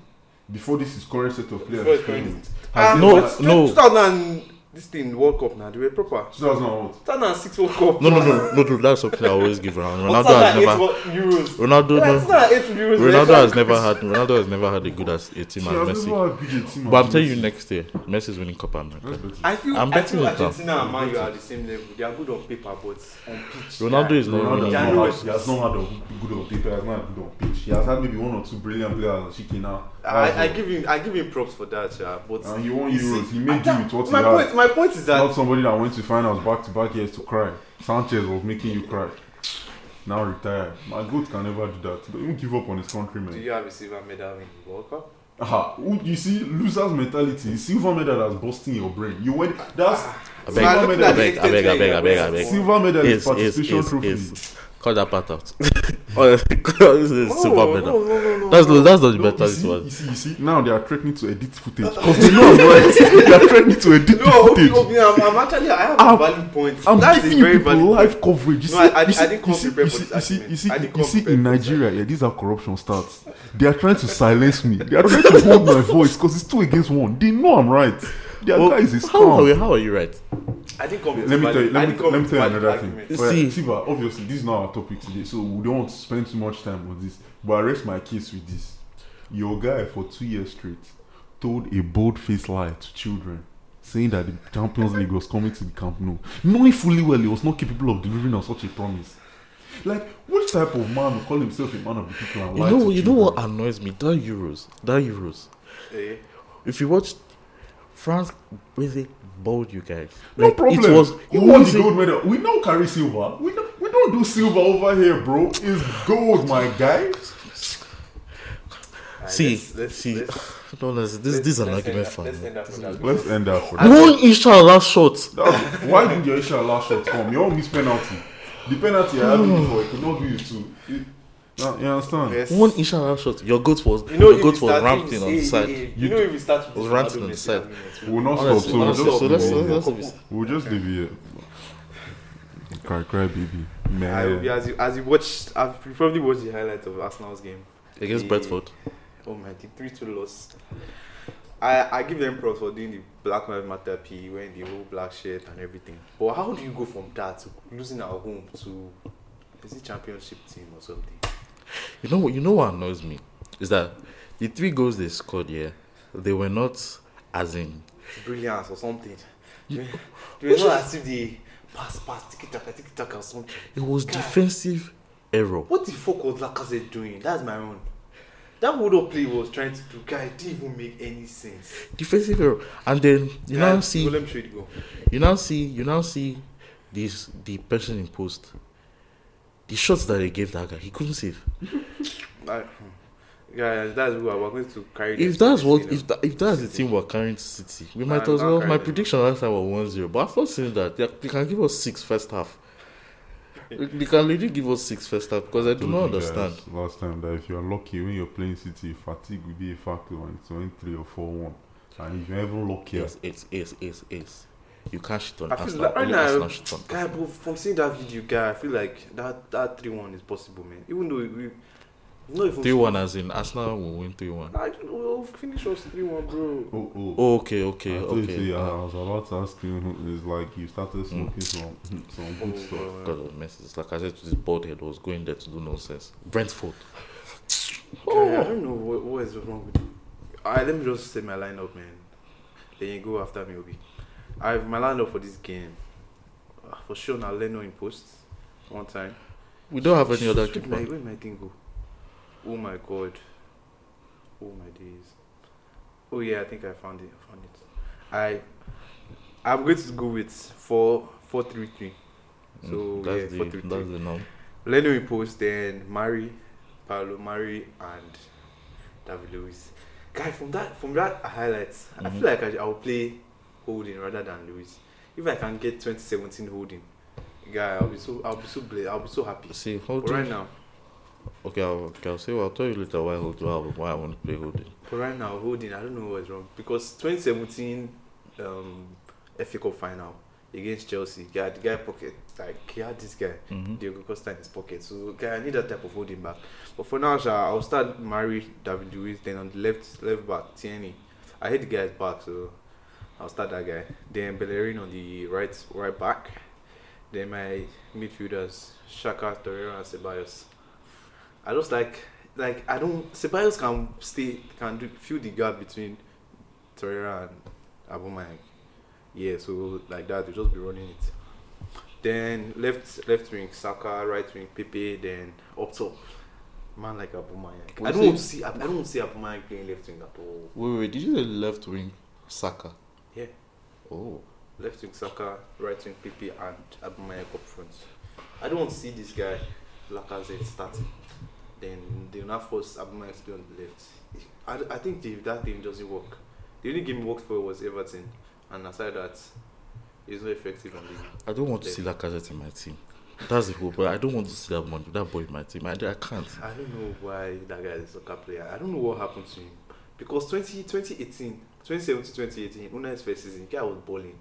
Speaker 2: Before this, his current set of players.
Speaker 1: Before his
Speaker 2: he's playing
Speaker 1: current-
Speaker 2: with?
Speaker 1: Ah,
Speaker 2: Has he
Speaker 3: no,
Speaker 2: ever-
Speaker 3: no.
Speaker 1: 2008 this thing World Cup now, they were proper.
Speaker 2: 2001 what?
Speaker 1: 2006 World Cup.
Speaker 3: No, no, no, no, no, that's something I always give around.
Speaker 1: Or
Speaker 3: Ronaldo has
Speaker 1: 2008
Speaker 3: never,
Speaker 1: World- Euros.
Speaker 3: Ronaldo,
Speaker 1: Yeah,
Speaker 3: no,
Speaker 1: 2008 Euros.
Speaker 3: Ronaldo
Speaker 1: man.
Speaker 3: has never had, Ronaldo has never had a good as a team as Messi. But I'm telling you, next year, Messi's winning Copa America.
Speaker 1: I feel,
Speaker 3: I'm
Speaker 1: I
Speaker 3: betting
Speaker 1: feel
Speaker 3: it now.
Speaker 1: Argentina and Man U are at the same level. They are good on paper, but on pitch.
Speaker 3: Ronaldo
Speaker 1: they are-
Speaker 3: is not
Speaker 2: Ronaldo
Speaker 3: winning.
Speaker 1: Yeah,
Speaker 2: has
Speaker 1: no,
Speaker 2: not
Speaker 1: it's-
Speaker 2: had- he has not had a good on paper, he has not had good on pitch. He has had maybe one or two brilliant players like Shikina.
Speaker 1: I, I give him I give him props for that, yeah. But
Speaker 2: And he won
Speaker 1: you see-
Speaker 2: Euros. He made
Speaker 1: Ah,
Speaker 2: do with what
Speaker 1: my
Speaker 2: he had.
Speaker 1: point, my point is that
Speaker 2: Not somebody that went to finals back to back years to cry. Sanchez was making you cry. Now retired. My goat can never do that. But you give up on his country,
Speaker 1: do
Speaker 2: man.
Speaker 1: you have a silver medal in the World Cup?
Speaker 2: Ah, who- you see, loser's mentality. Silver medal that's busting your brain. You went. That's
Speaker 1: So
Speaker 3: I
Speaker 1: I'm
Speaker 2: silver
Speaker 1: looking
Speaker 2: medal.
Speaker 1: at the
Speaker 3: beg, I beg, I beg, I beg, I beg.
Speaker 2: Silver medal is
Speaker 3: Yes, yes,
Speaker 2: participation
Speaker 3: yes,
Speaker 2: trophy.
Speaker 3: yes. Cut that part out. Honestly, this is
Speaker 1: No,
Speaker 3: super
Speaker 1: no,
Speaker 3: better.
Speaker 1: no, no, no,
Speaker 3: That's
Speaker 1: no.
Speaker 3: no, that's not the
Speaker 2: No, you,
Speaker 3: better this
Speaker 2: see, you
Speaker 3: one.
Speaker 2: see, you see, now they are threatening to edit footage because they know I'm right. they are threatening to edit
Speaker 1: No, okay,
Speaker 2: footage.
Speaker 1: okay, I'm, I'm actually I have
Speaker 2: I'm-
Speaker 1: a valid point.
Speaker 2: I'm
Speaker 1: That's a
Speaker 2: giving you
Speaker 1: very
Speaker 2: people
Speaker 1: valid.
Speaker 2: live coverage. You
Speaker 1: No,
Speaker 2: see,
Speaker 1: I- I-
Speaker 2: you see,
Speaker 1: I didn't come
Speaker 2: you see-
Speaker 1: prepared
Speaker 2: you
Speaker 1: for
Speaker 2: see-
Speaker 1: this
Speaker 2: you see- you see-
Speaker 1: argument. I didn't
Speaker 2: you
Speaker 1: come
Speaker 2: see,
Speaker 1: prepared
Speaker 2: in
Speaker 1: for this
Speaker 2: Nigeria, yeah, these are corruption stats. They are trying to silence me. They are trying to hold my voice because it's two against one. They know I'm right. Their
Speaker 3: Well,
Speaker 2: guy is a
Speaker 3: how, are we,
Speaker 2: scum.
Speaker 3: how are you right?
Speaker 1: I didn't come. with
Speaker 2: Let me
Speaker 1: valid-
Speaker 2: tell you.
Speaker 1: I
Speaker 2: Let me,
Speaker 1: didn't come
Speaker 2: let me
Speaker 1: with
Speaker 2: tell you
Speaker 1: valid
Speaker 2: another
Speaker 1: argument.
Speaker 2: thing.
Speaker 3: arguments.
Speaker 2: Well,
Speaker 3: See-
Speaker 2: Siva, obviously, this is not our topic today, so we don't want to spend too much time on this. But I rest my case with this: your guy for two years straight told a bold-faced lie to children. Saying that the Champions League was coming to the Camp Nou, knowing fully well he was not capable of delivering on such a promise. Like, which type of man would call himself a man of the people and
Speaker 3: You
Speaker 2: lie
Speaker 3: know,
Speaker 2: to
Speaker 3: you know
Speaker 2: children?
Speaker 3: what annoys me? That Euros, that Euros.
Speaker 1: Eh,
Speaker 3: If you watch France, really bowled you guys.
Speaker 2: No
Speaker 3: Like,
Speaker 2: problem.
Speaker 3: It was.
Speaker 2: Who
Speaker 3: It
Speaker 2: won the
Speaker 3: was a-
Speaker 2: gold medal? We don't carry silver. We don't, we don't do silver over here, bro. It's gold, my guy.
Speaker 1: alright,
Speaker 3: see,
Speaker 1: let's- let's-
Speaker 3: see.
Speaker 1: let's-
Speaker 3: no, let's- this,
Speaker 1: let's-
Speaker 3: this is an
Speaker 1: let's
Speaker 3: argument
Speaker 1: end
Speaker 3: for.
Speaker 1: up- Let's end up with that.
Speaker 2: Let's end that for now.
Speaker 3: One inshallah shot.
Speaker 2: That- Why did your Isha last shot come? You all miss penalty. The penalty I had before, it could not do it too. It- Now, you understand?
Speaker 1: Yes.
Speaker 3: One inshallah shot. Your goat was.
Speaker 1: You know,
Speaker 3: your
Speaker 1: if we
Speaker 3: goat was
Speaker 1: start
Speaker 3: ramped
Speaker 1: with-
Speaker 3: in on the
Speaker 1: eh,
Speaker 3: side.
Speaker 1: eh, eh, You know, if we start with
Speaker 3: was
Speaker 1: this
Speaker 3: ramping on
Speaker 1: Ronaldo
Speaker 3: the side.
Speaker 1: Messi
Speaker 2: We will not stop,
Speaker 3: Honestly,
Speaker 2: so we'll
Speaker 3: honestly,
Speaker 2: just,
Speaker 3: so let's-
Speaker 2: leave it
Speaker 3: let's-
Speaker 2: here.
Speaker 3: let's-
Speaker 2: We'll just leave it here. Cry, cry, baby.
Speaker 1: I hope you-
Speaker 2: Man.
Speaker 1: as you as you watched, I've you probably watched the highlight of Arsenal's game.
Speaker 3: against
Speaker 1: Eh,
Speaker 3: Brentford.
Speaker 1: Oh my, the three two loss. I I give them props for doing the Black Lives Matter P, E, wearing the whole black shirt and everything. But how do you go from that to losing at home to is it championship team or something?
Speaker 3: You know what? You know what annoys me is that the three goals they scored here, they were not as in.
Speaker 1: Brilliance or something. You know, as if they pass pass tick tock tick tock or something.
Speaker 3: It was
Speaker 1: God.
Speaker 3: defensive error.
Speaker 1: What the fuck was Lacazette doing? That's my own. That hold up play he was trying to do, guy, it didn't even make any sense.
Speaker 3: Defensive error, and then you
Speaker 1: Guy,
Speaker 3: now see.
Speaker 1: Golem should go.
Speaker 3: You now see, you now see this the person in post. The shots that they gave that guy, he couldn't save.
Speaker 1: Like, hmm. Guys, that's who I was going to carry.
Speaker 3: If
Speaker 1: this
Speaker 3: that's
Speaker 1: team,
Speaker 3: what
Speaker 1: you know.
Speaker 3: if that, if that's the team we're carrying to City, we might
Speaker 1: Nah,
Speaker 3: as
Speaker 1: not
Speaker 3: well. My
Speaker 1: carrying.
Speaker 3: prediction last time was 1-0, but after seeing that, they, they can give us six first half. They they can literally give us six first half because I do not
Speaker 2: Told you guys
Speaker 3: understand.
Speaker 2: Last time that if you are lucky when you're playing City, fatigue will be a factor and it's only 3 or 4 1. And if you're even luckier,
Speaker 3: Yes, it's it's it's it's. You can't shit on
Speaker 1: I feel
Speaker 3: Arsenal.
Speaker 1: like right
Speaker 3: Only
Speaker 1: now,
Speaker 3: Arsenal shit on
Speaker 1: guy,
Speaker 3: Arsenal.
Speaker 1: bro, from seeing that video, guy, I feel like that that three one is possible, man. Even though we, no, if we-
Speaker 3: Three one as in Arsenal will win three one.
Speaker 1: I we'll finish us three one, bro.
Speaker 2: oh, oh.
Speaker 3: Oh, okay,
Speaker 2: I
Speaker 3: okay,
Speaker 2: thought you
Speaker 3: okay.
Speaker 2: say, I
Speaker 3: Uh,
Speaker 2: was about to ask you, it's like you started smoking some, some
Speaker 1: Oh,
Speaker 2: good stuff.
Speaker 1: bro.
Speaker 3: God of mercy. It's Like I said, this bald head was going there to do nonsense. Brentford.
Speaker 1: Guy, I don't know what, what is wrong with you. Alright, let me just say my lineup, man. Then you go after me, Obi. I have my lineup for this game. Uh, For sure, now Leno in post one time.
Speaker 3: We don't have any other
Speaker 1: Shit, my-
Speaker 3: keeper.
Speaker 1: Where my thing go? Oh my god. Oh my days. Oh yeah, I think I found it. I found it. I I'm going to go with four four three three. So
Speaker 3: Mm, that's
Speaker 1: yeah,
Speaker 3: the
Speaker 1: four three three.
Speaker 3: that's the norm.
Speaker 1: Leno in post, then Mari, Paolo Mari, and David Lewis. Guy, from that from that highlights, I
Speaker 3: Mhm.
Speaker 1: feel like I, I'll play holding rather than Lewis. If I can get 2017 holding, guy, I'll be so I'll be so bla- I'll be so happy.
Speaker 3: See,
Speaker 1: But
Speaker 3: hold
Speaker 1: right
Speaker 3: on.
Speaker 1: now,
Speaker 3: Okay, I'll, okay, I'll say. I'll tell you later why hold why I want to play holding.
Speaker 1: but right now holding, I don't know what's wrong because 2017 um, FA Cup final against Chelsea, guy, the guy pocket like he had this guy.
Speaker 3: Mm-hmm.
Speaker 1: Diego Costa in his pocket. So guy, I need that type of holding back. But for now, sha, I'll start Mari, David Luiz, then on the left left back Tierney. I hate the guy's back, so I'll start that guy. Then Bellerin on the right right back. Then my midfielders Shaka, Torreira, and Ceballos. I just like like I don't Ceballos can stay can do, fill the gap between Torreira and Aubameyang. Yeah, so like that we just be running it. Then left left wing Saka, right wing Pepe, then up top. Man like Aubameyang.
Speaker 3: What
Speaker 1: I
Speaker 3: is
Speaker 1: don't
Speaker 3: it?
Speaker 1: want to see I, I don't want to see Aubameyang playing left wing at all.
Speaker 3: Wait, wait, wait, did you say left wing Saka?
Speaker 1: Yeah.
Speaker 3: Oh.
Speaker 1: left wing Saka, right wing PP, and Abumayek up front. I don't want to see this guy Lacazette starting. Then they will not force Abumayek to be on the left. I, I think the, that thing doesn't work. The only game it worked for was Everton, and aside that, it's not effective on the.
Speaker 3: I don't want to see Lacazette in my team. That's the whole but I don't want to see that man, that boy in my team. I, I can't.
Speaker 1: I don't know why that guy is a soccer player. I don't know what happened to him. Because 20, 2018, 2017, 2018, Unai's first season, guy was balling.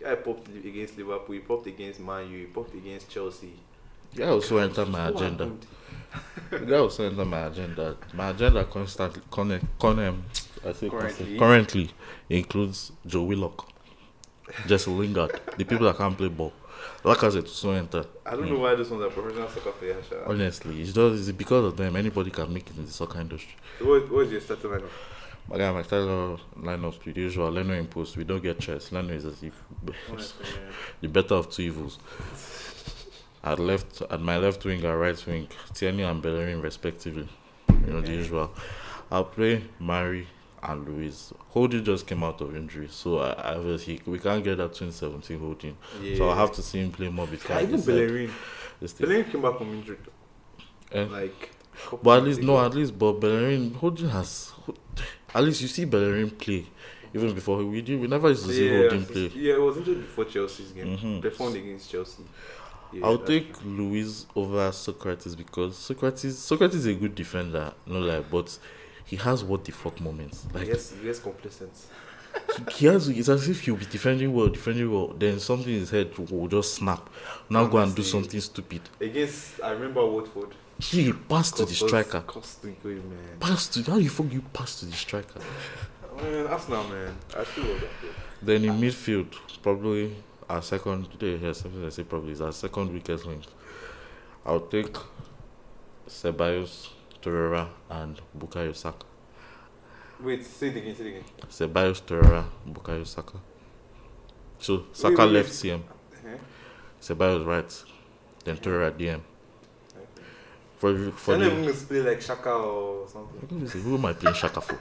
Speaker 1: Guy popped against Liverpool, he popped against Man U, he popped against Chelsea.
Speaker 3: Yeah, I also enter my
Speaker 1: What
Speaker 3: agenda.
Speaker 1: happened?
Speaker 3: That also enter my agenda. My agenda constantly con, con, um, I say
Speaker 1: Currently.
Speaker 3: currently. currently includes Joe Willock, Jesse Lingard, the people that can't play ball. Lacazette also enter.
Speaker 1: I don't
Speaker 3: Hmm.
Speaker 1: know why this one's a professional soccer player. Sha.
Speaker 3: Honestly, it's just it's because of them. Anybody can make it in the soccer industry.
Speaker 1: What, what is your starting lineup?
Speaker 3: My guy, my style uh, lineup, the usual Leno in post. We don't get chess. Leno is as if
Speaker 1: Honestly, man.
Speaker 3: the better of two evils. At left, at my left wing and right wing, Tierney and Bellerin respectively. You know the
Speaker 1: Okay.
Speaker 3: usual. I'll play Mari and Luis. Holding just came out of injury, so I, I was he, we can't get that 2017 holding.
Speaker 1: Yeah.
Speaker 3: So I'll have to see him play more because
Speaker 1: Yeah, even
Speaker 3: it's like
Speaker 1: Bellerin.
Speaker 3: this thing.
Speaker 1: Bellerin came back from injury.
Speaker 3: Eh?
Speaker 1: Like, couple
Speaker 3: But at least
Speaker 1: months
Speaker 3: no,
Speaker 1: ago.
Speaker 3: at least but Bellerin holding has. At least you see Bellerin play, even before we did. We never used to see
Speaker 1: yeah,
Speaker 3: holding play.
Speaker 1: Yeah, it was injured before Chelsea's game.
Speaker 3: Mhm.
Speaker 1: Performed against Chelsea. Yeah,
Speaker 3: I'll
Speaker 1: that's
Speaker 3: take
Speaker 1: true.
Speaker 3: Luis over Socrates because Socrates Socrates is a good defender, no lie, but he has what the fuck moments. Like
Speaker 1: yes, yes, complacent.
Speaker 3: he has it's as if he'll be defending well, defending well, then something in his head will just snap. Now go and do
Speaker 1: Honestly.
Speaker 3: something stupid.
Speaker 1: Against, I remember Watford.
Speaker 3: He passed to the
Speaker 1: Cost us-
Speaker 3: striker.
Speaker 1: Cost to go, man.
Speaker 3: Pass to how you fuck you pass to the striker.
Speaker 1: Man, Arsenal, man. I still love that. player.
Speaker 3: Then in midfield, probably our second day here, something I say probably is our second weakest link. I'll take Ceballos, Torreira and Bukayo Saka.
Speaker 1: Wait, say it again, say it again.
Speaker 3: Ceballos Torreira, Bukayo Saka. So Saka
Speaker 1: wait,
Speaker 3: left
Speaker 1: wait.
Speaker 3: CM,
Speaker 1: Uh-huh.
Speaker 3: Ceballos right, then Torreira DM.
Speaker 1: Okay.
Speaker 3: For the-
Speaker 1: For
Speaker 3: for
Speaker 1: I
Speaker 3: the,
Speaker 1: don't even play like Shaka or something.
Speaker 3: who am I playing Shaka for?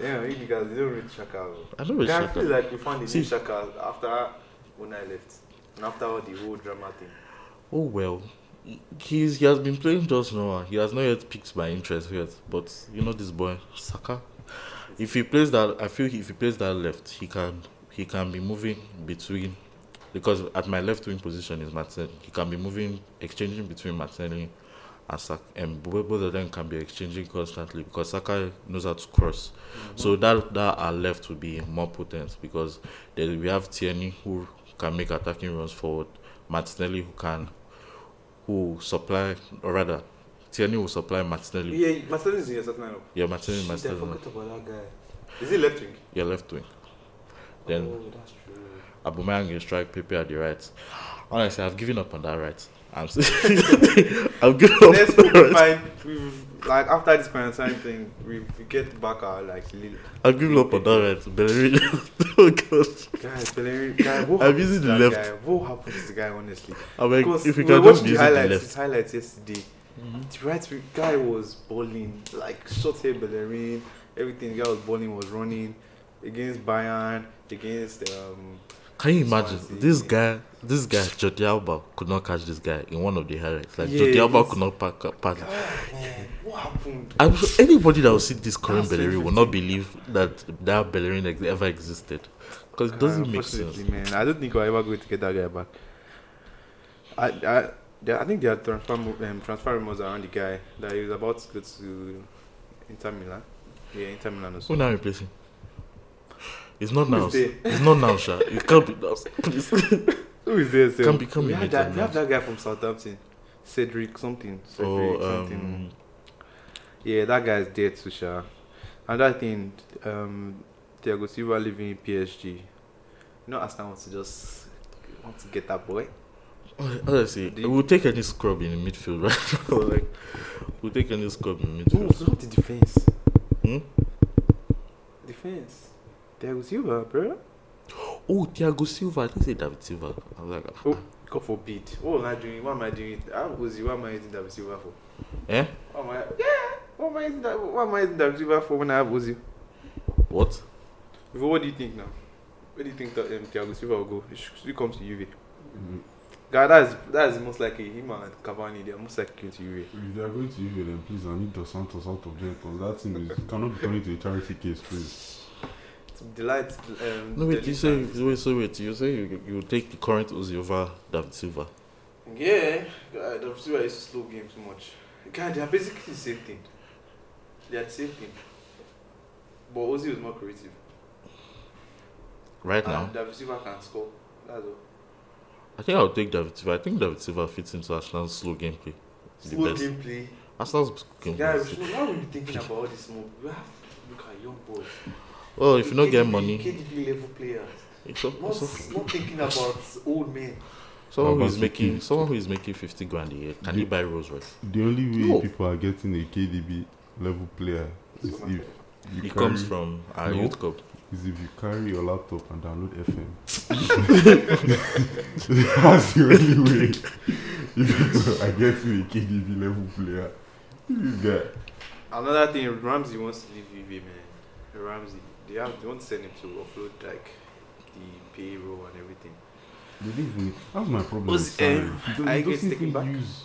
Speaker 1: Yeah, you guys, you don't read Shaka. Bro.
Speaker 3: I know it's
Speaker 1: Yeah, I feel
Speaker 3: Shaka.
Speaker 1: like we found the
Speaker 3: See-
Speaker 1: new Shaka after when I left and after all the whole drama thing.
Speaker 3: Oh well, he's he has been playing just now. He has not yet piqued my interest yet. But you know this boy Saka. If he plays that, I feel if he plays that left, he can he can be moving between because at my left wing position is Martinelli. He can be moving, exchanging between Martinelli and Saka, and bo- both of them can be exchanging constantly because Saka knows how to cross. So that that our left will be more potent because then we have Tierney who can make attacking runs forward, Martinelli who can who supply or rather Tierney will supply Martinelli. Yeah,
Speaker 1: Yeah, Marcelo is in your starting lineup.
Speaker 3: Martinelli,
Speaker 1: Shit, I
Speaker 3: Martinelli,
Speaker 1: forgot about that guy. Is he left wing?
Speaker 3: your left wing. Then
Speaker 1: oh, that's true.
Speaker 3: Aubameyang can strike Pepe at the right. Honestly, I've given up on that right. I'm s- I've given up.
Speaker 1: Next,
Speaker 3: on that
Speaker 1: we
Speaker 3: right.
Speaker 1: find we like after this quarantine thing, we, we get back our like little
Speaker 3: I've given up on that right. Bellerin. oh god.
Speaker 1: guys. Bellerin, guy, what happened
Speaker 3: I'm using
Speaker 1: to
Speaker 3: the
Speaker 1: that
Speaker 3: left.
Speaker 1: Guy? What happened to the guy? Honestly,
Speaker 3: I mean,
Speaker 1: Because
Speaker 3: if we
Speaker 1: we
Speaker 3: can
Speaker 1: watched
Speaker 3: just
Speaker 1: the
Speaker 3: use the
Speaker 1: highlights,
Speaker 3: left.
Speaker 1: his highlights yesterday. The right wing guy was bowling like short hair ballerine. Everything the guy was bowling was running against Bayern, against um.
Speaker 3: Can you imagine
Speaker 1: Swansea.
Speaker 3: this guy? This guy, Jordi Alba, could not catch this guy in one of the highlights. Like
Speaker 1: Yeah,
Speaker 3: Jordi Alba
Speaker 1: it's-
Speaker 3: could not pack, pass.
Speaker 1: man, what happened?
Speaker 3: I'm sure anybody that will see this current
Speaker 1: That's
Speaker 3: Bellerin will not believe that that Bellerin ex- ever existed, because it doesn't make sense.
Speaker 1: Unfortunately, man. I don't think we're ever going to get that guy back. I, I, there, I think there are transfer mo- um, transfer rumors around the guy that he was about to go to Inter Milan. Yeah, Inter Milan
Speaker 3: Who
Speaker 1: also.
Speaker 3: now replace him? It's not
Speaker 1: Who
Speaker 3: now.
Speaker 1: is there?
Speaker 3: It's not now, Sha. It can't be now. Please.
Speaker 1: Who is there? Sam?
Speaker 3: Can't be- can't
Speaker 1: we
Speaker 3: be
Speaker 1: have
Speaker 3: Inter
Speaker 1: that, we
Speaker 3: Milan.
Speaker 1: have that guy from Southampton, Cedric something. Cedric
Speaker 3: Oh,
Speaker 1: something.
Speaker 3: um,
Speaker 1: Yeah, that guy's dead, Susha. Another thing, um, Thiago Silva living in PSG. You know, Arsenal wants to just want to get that boy.
Speaker 3: Honestly,
Speaker 1: Do you-
Speaker 3: we'll take any scrub in the midfield right now. like, we'll take any scrub in the
Speaker 1: Ooh,
Speaker 3: midfield.
Speaker 1: so the defense.
Speaker 3: Hmm?
Speaker 1: Defense. Thiago Silva, bro.
Speaker 3: Oh, Thiago Silva. I think say David Silva. I was like, ah,
Speaker 1: Oh, God forbid. What am I doing? What am I doing? How was you? What am I using David Silva for?
Speaker 3: eh?
Speaker 1: What am I? Yeah. What am I using? that- What am I using David Silva for when I have Ozil?
Speaker 3: What?
Speaker 1: Before, what do you think now? Where do you think that um, Thiago Silva will go? He should still come to UV. Guy, that's that's most likely him and Cavani. They're most likely to UV.
Speaker 2: If they are going to you, then please, I need Dos Santos out of them because that thing is, cannot be turned into a charity case, please.
Speaker 1: Delight. Um,
Speaker 3: No, wait,
Speaker 1: Delight-
Speaker 3: you say, wait, so wait, you say you, you take the current Ozil over David Silva.
Speaker 1: Yeah, God, David Silva used to slow game too much. God, they're basically the same thing. They're the same thing. But Ozil is more creative.
Speaker 3: Right now,
Speaker 1: And David Silva can score. That's all.
Speaker 3: I think I'll take David Silva. I think David Silva fits into Arsenal's slow gameplay. It's the
Speaker 1: Slow
Speaker 3: best.
Speaker 1: gameplay.
Speaker 3: Arsenal's gameplay.
Speaker 1: Guys,
Speaker 3: is-
Speaker 1: we should- why we be thinking about all this more? We have to look at young boys.
Speaker 3: well, if you don't get
Speaker 1: KDB
Speaker 3: money,
Speaker 1: KDB level players.
Speaker 3: it's a,
Speaker 1: Not,
Speaker 3: it's a
Speaker 1: not thinking about old men.
Speaker 3: Someone who
Speaker 2: How
Speaker 3: is
Speaker 2: about
Speaker 3: making
Speaker 2: Kiki?
Speaker 3: someone who is making fifty grand a year can he
Speaker 2: Yeah.
Speaker 3: buy Rolls Royce?
Speaker 2: The only way
Speaker 3: No.
Speaker 2: people are getting a KDB level player is if you carry,
Speaker 3: It comes from our
Speaker 2: No.
Speaker 3: youth cup.
Speaker 2: is if you carry your laptop and download FM. That's the only way. If I get to a KDB level player, this guy.
Speaker 1: Another thing, Ramsey wants to leave UV, man. eh? Ramsey, they have they want to send him to offload like the payroll and everything.
Speaker 2: They didn't even. That's my problem.
Speaker 1: Was-
Speaker 2: with Sarri.
Speaker 1: eh,
Speaker 2: he don't-
Speaker 1: I
Speaker 2: he
Speaker 1: get
Speaker 2: doesn't
Speaker 1: taken
Speaker 2: even
Speaker 1: back.
Speaker 2: use.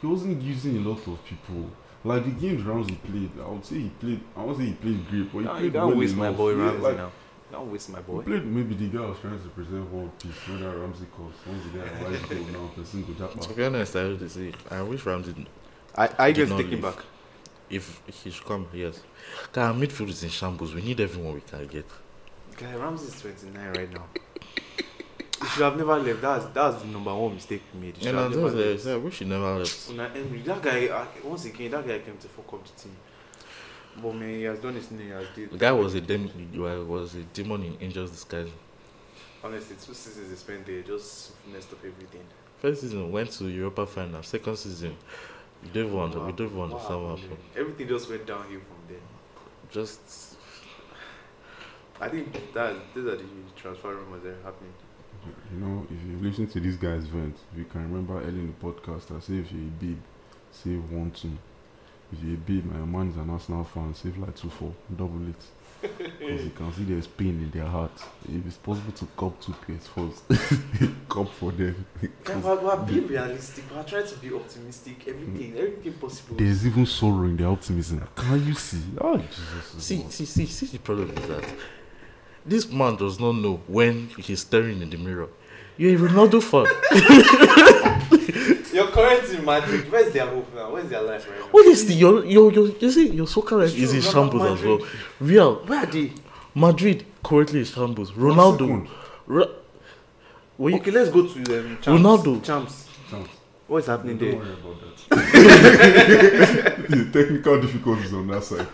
Speaker 2: He wasn't using a lot of people. Like the games rounds he played, I would say he played. I won't say he played great, but he
Speaker 1: No,
Speaker 2: played
Speaker 1: you
Speaker 2: well
Speaker 1: can't waste my
Speaker 2: enough.
Speaker 1: boy
Speaker 2: Yeah,
Speaker 1: Ramsey
Speaker 2: like,
Speaker 1: now. Don't waste my
Speaker 2: He
Speaker 1: boy.
Speaker 2: played maybe the guy was trying to present world peace when that Ramsey calls. Once the guy arrives goal now, person go japa.
Speaker 3: To be honest, I would say I wish Ramsey didn't-
Speaker 1: I I
Speaker 3: Did
Speaker 1: just
Speaker 3: not
Speaker 1: take him
Speaker 3: leave.
Speaker 1: back.
Speaker 3: if he should come. Yes, our midfield is in shambles. We need everyone we can get.
Speaker 1: Guy Ramsey's 29 right now. He should have never left. That's that's the number one mistake we made. He should
Speaker 3: And I,
Speaker 1: have
Speaker 3: just,
Speaker 1: never
Speaker 3: uh, say, I
Speaker 1: left.
Speaker 3: wish he never left.
Speaker 1: Una Emery, that guy uh, once again, that guy came to fuck up the team. But man, he has done his thing. He has did.
Speaker 3: The guy was a dem- well, was a demon in angels disguise.
Speaker 1: honestly two seasons he spent there just messed up everything.
Speaker 3: First season went to Europa final. Second season, we don't even under- we don't even
Speaker 1: Wow.
Speaker 3: understand
Speaker 1: Wow.
Speaker 3: what happened.
Speaker 1: Everything just went downhill from there.
Speaker 3: Just
Speaker 1: I think that these are the transfer rumors that are happening.
Speaker 2: You know, if you listen to this guy's vent, if you can remember early in the podcast, I say if you're a babe, say one two. If you're a babe, my man is an Arsenal fan, save like two four, double it. Because you can see there's pain in their heart. If it's possible to cop two PS4s, cop for them.
Speaker 1: Guys,
Speaker 2: Because
Speaker 1: we're, we're being realistic. We're trying to be optimistic. Everything,
Speaker 3: Mm.
Speaker 1: everything possible.
Speaker 2: there's even sorrow in their optimism. Can you see? Oh, Jesus.
Speaker 3: See,
Speaker 2: Lord.
Speaker 3: see, see, see, the problem is that this man does not know when he's staring in the mirror. You're a Ronaldo fan.
Speaker 1: You're current in Madrid. Where's their hope now? Where's their life right now?
Speaker 3: what is the your your your you see your soccer life
Speaker 1: It's
Speaker 3: is in
Speaker 1: true, Ronaldo,
Speaker 3: shambles as well. Real
Speaker 1: Where are they?
Speaker 3: Madrid currently in shambles.
Speaker 2: second.
Speaker 3: Ronaldo, Ra- when you-
Speaker 1: Okay, let's go to um, champs.
Speaker 3: Ronaldo.
Speaker 1: Champs.
Speaker 2: Sounds-
Speaker 1: What is happening
Speaker 2: Don't
Speaker 1: there?
Speaker 2: worry about that. the technical difficulties on that side.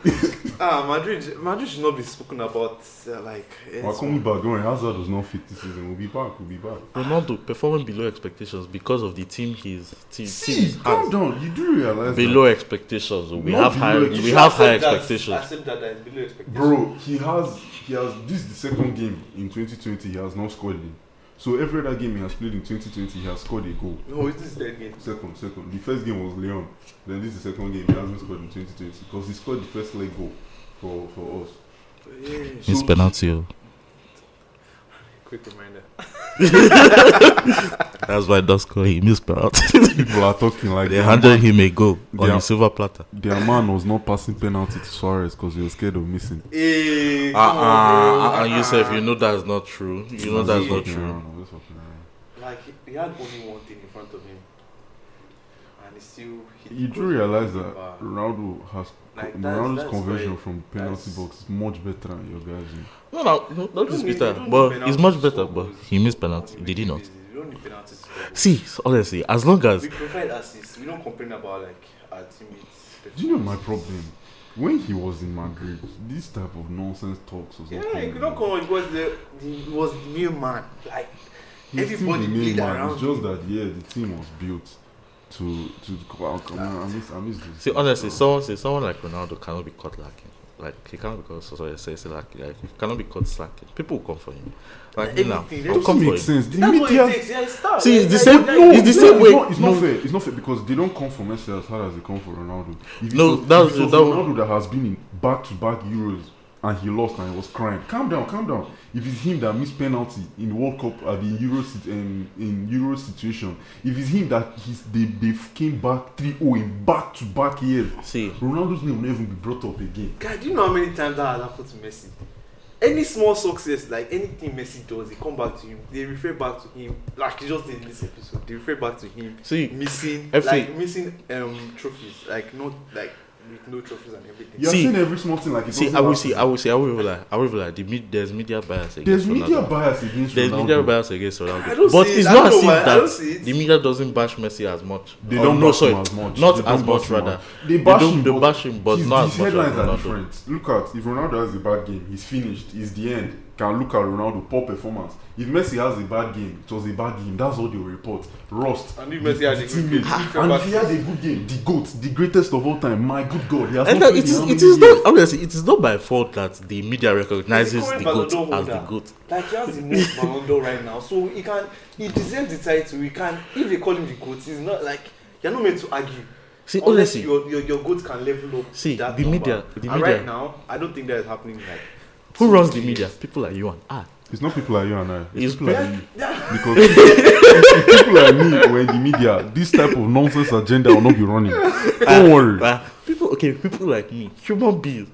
Speaker 1: Ah, Madrid. Madrid should not be spoken about. Uh, like, eh,
Speaker 2: We're coming back. Don't worry, Hazard was not fit this season. We'll be back. We'll be back.
Speaker 3: Ronaldo performing below expectations because of the team he's team, team
Speaker 2: See, calm
Speaker 3: has.
Speaker 2: down. You do realize
Speaker 3: Below expectations, we have
Speaker 2: Not below
Speaker 3: high
Speaker 2: expectations.
Speaker 3: we have high expectations.
Speaker 1: Accept that, that is below
Speaker 2: that,
Speaker 1: expectations.
Speaker 2: bro. He has, he has. This is the second game in 2020. He has not scored in. So every other game he has played in 2020, he has scored a goal.
Speaker 1: No, it is dead game.
Speaker 2: Second, second. The first game was Leon. Then this is the second game he hasn't scored in 2020 because he scored the first leg goal for for us.
Speaker 1: Yeah.
Speaker 3: It's
Speaker 2: So-
Speaker 3: penalty. oh.
Speaker 1: Quick reminder.
Speaker 3: That's why Dusko he missed penalty.
Speaker 2: People are talking like
Speaker 3: They handed him a goal on
Speaker 2: Yeah.
Speaker 3: a silver platter.
Speaker 2: Their man was not passing penalty to Suarez because he was scared of missing.
Speaker 1: Hey,
Speaker 3: Uh
Speaker 1: Eh, come on, bro.
Speaker 3: uh, and Yusuf, you know that's not true. You know
Speaker 2: I'm
Speaker 3: that's
Speaker 2: just
Speaker 3: not
Speaker 2: fucking
Speaker 3: true.
Speaker 2: around, I'm just fucking around.
Speaker 1: Like, he- he had only one thing in front of him. And he still hit
Speaker 2: You
Speaker 1: the
Speaker 2: do
Speaker 1: goal
Speaker 2: realize
Speaker 1: from the
Speaker 2: that
Speaker 1: bar.
Speaker 2: Ronaldo has
Speaker 1: Like, that's-
Speaker 2: Ronaldo's
Speaker 1: that's
Speaker 2: conversion
Speaker 1: why-
Speaker 2: from penalty
Speaker 1: that's-
Speaker 2: box is much better than your guys.
Speaker 3: No, no, no, not
Speaker 1: You
Speaker 3: this
Speaker 1: don't need-
Speaker 3: better.
Speaker 1: you don't need
Speaker 3: But
Speaker 1: penalty
Speaker 3: it's much
Speaker 1: to
Speaker 3: better.
Speaker 1: score
Speaker 3: But
Speaker 1: goals.
Speaker 3: he missed
Speaker 1: What
Speaker 3: penalty.
Speaker 1: do you
Speaker 3: Did he
Speaker 1: mean
Speaker 3: not?
Speaker 1: is- We don't need penalties. to score goals.
Speaker 3: See, honestly, as long as
Speaker 1: We provide assists. We don't complain about like our teammates.
Speaker 2: Do you know my problem? When he was in Madrid, this type of nonsense talks was
Speaker 1: Yeah,
Speaker 2: not
Speaker 1: he
Speaker 2: coming
Speaker 1: could not
Speaker 2: out.
Speaker 1: come. on. He was the, the he was the main man. Like
Speaker 2: He's still
Speaker 1: everybody
Speaker 2: the main
Speaker 1: played
Speaker 2: man.
Speaker 1: around.
Speaker 2: It's just
Speaker 1: him.
Speaker 2: that yeah, the team was built to to come out. Come on, I miss I miss this.
Speaker 3: See, honestly, someone say someone like Ronaldo cannot be caught lacking. Like he cannot be caught. So sorry, say, say like, like he cannot be caught slacking. People will come for him. Like
Speaker 1: Everything,
Speaker 3: now,
Speaker 1: they
Speaker 3: they'll
Speaker 1: don't
Speaker 2: It
Speaker 3: come
Speaker 2: doesn't
Speaker 3: for
Speaker 2: make
Speaker 3: him.
Speaker 2: sense. The
Speaker 1: That's what
Speaker 2: media
Speaker 1: it takes. Yeah, it's tough.
Speaker 3: See,
Speaker 1: Like,
Speaker 3: it's the
Speaker 1: like,
Speaker 3: same-
Speaker 1: like,
Speaker 3: no, It's the same way-
Speaker 2: Not, it's not
Speaker 3: no.
Speaker 2: fair. It's not fair because they don't come for Messi as hard as they come for Ronaldo. If it
Speaker 3: No,
Speaker 2: was-
Speaker 3: that was-
Speaker 2: if it was
Speaker 3: that was-
Speaker 2: Ronaldo that has been in back-to-back Euros and he lost and he was crying. Calm down, calm down. If it's him that missed penalty in World Cup and in Euro sit- um, in Euro situation, if it's him that he's, they they came back 3-0 in back-to-back years,
Speaker 3: See,
Speaker 2: Ronaldo's name will never even be brought up again.
Speaker 1: God, do you know how many times that has happened to Messi? Any small success, like anything Messi does, they come back to him. They refer back to him, like he just did in this episode. They refer back to him
Speaker 3: see,
Speaker 1: missing,
Speaker 3: F-
Speaker 1: like missing um trophies, like not like with no trophies and everything.
Speaker 2: You're
Speaker 3: See-
Speaker 2: saying every small thing like it
Speaker 3: see.
Speaker 2: doesn't
Speaker 3: I will
Speaker 2: matter.
Speaker 3: see. I will see. I will even lie. I will even lie. The med- there's media bias against
Speaker 2: There's media
Speaker 3: Ronaldo.
Speaker 2: bias against
Speaker 3: There's
Speaker 2: Ronaldo.
Speaker 3: media bias against
Speaker 1: I don't
Speaker 3: Ronaldo. But
Speaker 1: see it.
Speaker 3: it's
Speaker 1: I
Speaker 3: not
Speaker 1: don't
Speaker 3: as
Speaker 1: know why. I don't
Speaker 3: if
Speaker 1: see it.
Speaker 3: that the media doesn't bash Messi as much.
Speaker 2: They
Speaker 3: Or
Speaker 2: don't
Speaker 3: no,
Speaker 2: bash
Speaker 3: sorry,
Speaker 2: him as much.
Speaker 3: Not
Speaker 2: They don't
Speaker 3: as
Speaker 2: bash
Speaker 3: much,
Speaker 2: him
Speaker 3: rather.
Speaker 2: much. They
Speaker 3: They
Speaker 2: bash
Speaker 3: don't-
Speaker 2: him,
Speaker 3: they
Speaker 2: but
Speaker 3: bash him, but
Speaker 2: his,
Speaker 3: not
Speaker 2: his
Speaker 3: as much as
Speaker 2: headlines are
Speaker 3: Ronaldo.
Speaker 2: different. Look at if Ronaldo has a bad game, he's finished. It's the end. Can look at Ronaldo poor performance. If Messi has a bad game, it was a bad game. That's all they report. Rust.
Speaker 1: And if
Speaker 2: the-
Speaker 1: Messi had
Speaker 2: the
Speaker 1: a good
Speaker 2: teammate.
Speaker 1: game, he came
Speaker 2: and
Speaker 1: back
Speaker 2: if he
Speaker 1: to-
Speaker 2: had a good game, the goat, the greatest of all time. My good God, he has
Speaker 3: And
Speaker 2: not
Speaker 3: that
Speaker 2: played
Speaker 3: it
Speaker 2: in
Speaker 3: is
Speaker 2: how
Speaker 3: it
Speaker 2: many
Speaker 3: is
Speaker 2: years?
Speaker 3: not honestly it is not by fault that the media recognizes
Speaker 1: He's
Speaker 3: the
Speaker 1: a current Ballon
Speaker 3: goat
Speaker 1: d'Or
Speaker 3: as the
Speaker 1: holder.
Speaker 3: goat.
Speaker 1: Like he has the most Ballon d'Or right now, so he can he deserves the title. He can if they call him the goat, he's not like you're not meant to argue.
Speaker 3: See,
Speaker 1: Unless
Speaker 3: honestly,
Speaker 1: your, your your goat can level up.
Speaker 3: See,
Speaker 1: that
Speaker 3: the
Speaker 1: number.
Speaker 3: media- the
Speaker 1: and
Speaker 3: media-
Speaker 1: right now, I don't think that is happening. Like
Speaker 3: who runs the media? People like you and I.
Speaker 2: It's not people like you and I.
Speaker 3: It's
Speaker 2: It's people like
Speaker 3: pe-
Speaker 2: you.
Speaker 1: Yeah.
Speaker 2: Because if people like me were in the media, this type of nonsense agenda will not be running. Don't worry.
Speaker 3: Uh, people, okay, people like me, human beings.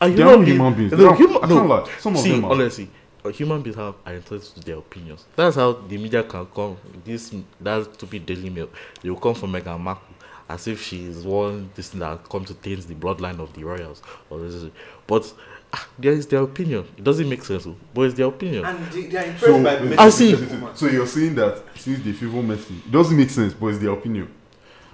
Speaker 3: Are
Speaker 2: They are human beings. They are- I can't lie. Some of
Speaker 3: See,
Speaker 2: them are.
Speaker 3: honestly, uh, human beings have are entitled to their opinions. That's how the media can come. This that stupid Daily Mail. They will come for Meghan Markle as if she is one this thing that come to taint the bloodline of the royals. Or this, this- but ah, there is their opinion. It doesn't make sense, oh, but it's their opinion.
Speaker 1: And they, they are impressed
Speaker 2: So,
Speaker 1: by
Speaker 2: wait,
Speaker 1: Messi.
Speaker 3: uh, I see.
Speaker 1: performance.
Speaker 2: So you're saying that since they favor Messi, it doesn't make sense, but it's their opinion.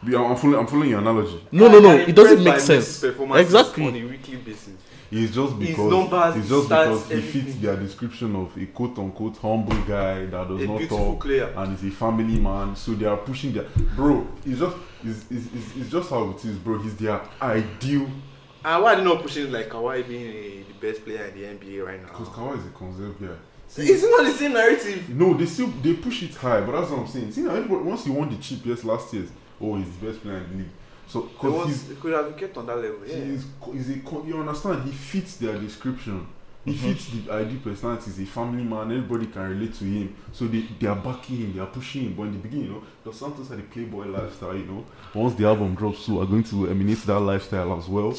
Speaker 2: Be- I'm I'm following, I'm following your analogy.
Speaker 3: no, no,
Speaker 1: They
Speaker 3: no.
Speaker 1: are
Speaker 3: It doesn't
Speaker 1: impressed
Speaker 3: make
Speaker 1: by
Speaker 3: sense.
Speaker 1: Messi's performances
Speaker 3: Exactly.
Speaker 1: On a weekly basis.
Speaker 2: It's just
Speaker 1: His
Speaker 2: because
Speaker 1: numbers,
Speaker 2: it's just
Speaker 1: his stats,
Speaker 2: because it fits
Speaker 1: everything.
Speaker 2: their description of a quote unquote humble guy that does
Speaker 1: a
Speaker 2: not
Speaker 1: beautiful
Speaker 2: talk
Speaker 1: player.
Speaker 2: and is a family man. So they are pushing their bro. It's just it's, it's, it's, it's just how it is, bro. He's their ideal
Speaker 1: And Ah, why are they not pushing like Kawhi being a, the best player in the NBA right
Speaker 2: because
Speaker 1: now?
Speaker 2: Kawhi is a conservative guy. See-
Speaker 1: It's not the same narrative.
Speaker 2: No, they still they push it high, but that's what I'm saying. See now, everybody, once he won the chip, yes, last year, oh, he's the best player in the league. So
Speaker 1: They
Speaker 2: because
Speaker 1: want,
Speaker 2: he's
Speaker 1: they could have kept on that level. Yeah.
Speaker 2: He's, he's a, co- you understand? He fits their description. He
Speaker 3: Mhm.
Speaker 2: fits the ideal personality. He's a family man. Everybody can relate to him. So they, they are backing him. They are pushing him. But in the beginning, you know, Dos Santos had a playboy lifestyle, you know. Once the album drops, so are going to emanate that lifestyle as well.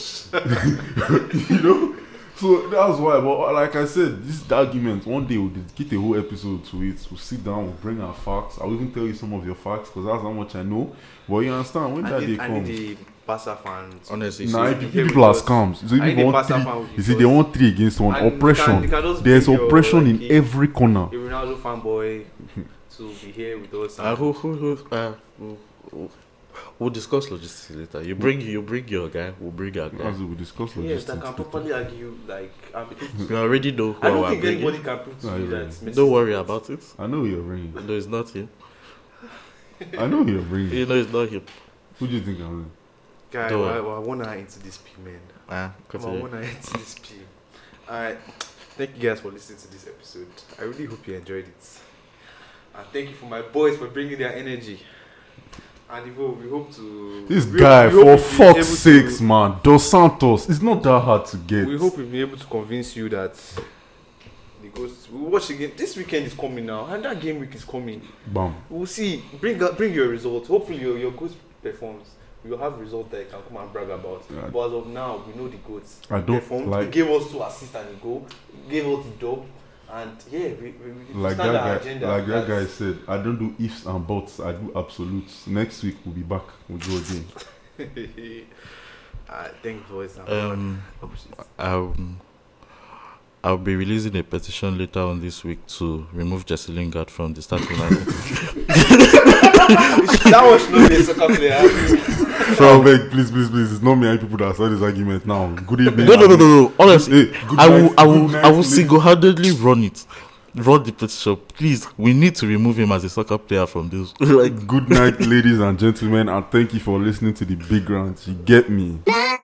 Speaker 2: you know? So that's why. But uh, like I said, this argument, one day we'll dedicate a whole episode to it. We'll sit down, we'll bring our facts. I'll even tell you some of your facts because that's how much I know. But you understand, when
Speaker 1: I
Speaker 2: that
Speaker 1: need,
Speaker 2: day
Speaker 1: I
Speaker 2: comes.
Speaker 1: need a Barca fan. to-
Speaker 3: Honestly,
Speaker 2: Nah,
Speaker 3: see,
Speaker 2: if, if
Speaker 1: Yeah,
Speaker 2: e people are
Speaker 1: because-
Speaker 2: scams. So if
Speaker 1: I
Speaker 2: people
Speaker 1: need
Speaker 2: want
Speaker 1: Barca
Speaker 2: three,
Speaker 1: fan with
Speaker 2: you see,
Speaker 1: because-
Speaker 2: they want three against one.
Speaker 1: And you
Speaker 2: oppression.
Speaker 1: can- you can just
Speaker 2: There's
Speaker 1: bring your,
Speaker 2: oppression
Speaker 1: like,
Speaker 2: in every corner.
Speaker 1: a Ronaldo fanboy to be here with us.
Speaker 3: Uh, who, who, who, uh, who, who, we'll discuss logistics later. You bring, you bring your guy. We'll bring our guy.
Speaker 2: As we discussed
Speaker 1: yes, that
Speaker 2: logistics.
Speaker 1: can properly argue. Like, I'm,
Speaker 3: We already know who
Speaker 1: I don't
Speaker 3: our
Speaker 1: think
Speaker 3: bring
Speaker 1: anybody can prove to
Speaker 2: No,
Speaker 1: me
Speaker 2: you're
Speaker 1: that.
Speaker 2: right.
Speaker 1: Messi-
Speaker 3: Don't worry about it.
Speaker 2: I know you're ringing.
Speaker 3: No, it's not him.
Speaker 2: I know you're ringing.
Speaker 3: You know, it's not him.
Speaker 2: Who do you think I'm with?
Speaker 1: Guy,
Speaker 3: Don't
Speaker 1: I,
Speaker 3: worry.
Speaker 1: I want to into this P, man.
Speaker 3: Ah,
Speaker 1: Come on, I
Speaker 3: continue.
Speaker 1: want to into this P. Alright, thank you guys for listening to this episode. I really hope you enjoyed it. And thank you for my boys for bringing their energy. And Ivo, we hope to.
Speaker 2: This
Speaker 1: we-
Speaker 2: guy,
Speaker 1: we hope
Speaker 2: for
Speaker 1: we've been
Speaker 2: fuck's
Speaker 1: able to-
Speaker 2: sakes, man. Dos Santos. It's not that hard to get.
Speaker 1: We hope we've been able to convince you that the ghost we watch again. This weekend is coming now, and that game week is coming.
Speaker 2: Bam.
Speaker 1: We'll see. Bring up- bring your results. Hopefully, your your ghost performs. We'll have result that you can come and brag about.
Speaker 2: Yeah.
Speaker 1: But as of now, we know the goats
Speaker 2: I don't
Speaker 1: performed.
Speaker 2: like-
Speaker 1: He gave us two assists and a goal. He gave us the dub, and yeah, we we, we
Speaker 2: Like
Speaker 1: stand our
Speaker 2: that, guy,
Speaker 1: agenda.
Speaker 2: like that guy
Speaker 1: That's-
Speaker 2: said, I don't do ifs and buts, I do absolutes. Next week, we'll be back. We'll go again.
Speaker 1: Alright, thank you for listening.
Speaker 3: Um,
Speaker 1: Oh, shit.
Speaker 3: um, I'll be releasing a petition later on this week to remove Jesse Lingard from the starting lineup.
Speaker 1: that was not a soccer player.
Speaker 2: Shall I beg, please, please, please. It's not many people that started this argument now. Good evening.
Speaker 3: no, no, no, no, no. Honestly,
Speaker 2: Hey, good
Speaker 3: I will,
Speaker 2: night,
Speaker 3: I will,
Speaker 2: good night,
Speaker 3: I will
Speaker 2: ladies.
Speaker 3: single-handedly run it. Run the petition, please. We need to remove him as a soccer player from this. like,
Speaker 2: Good night, ladies and gentlemen, and thank you for listening to the big round. You get me.
Speaker 4: Nah,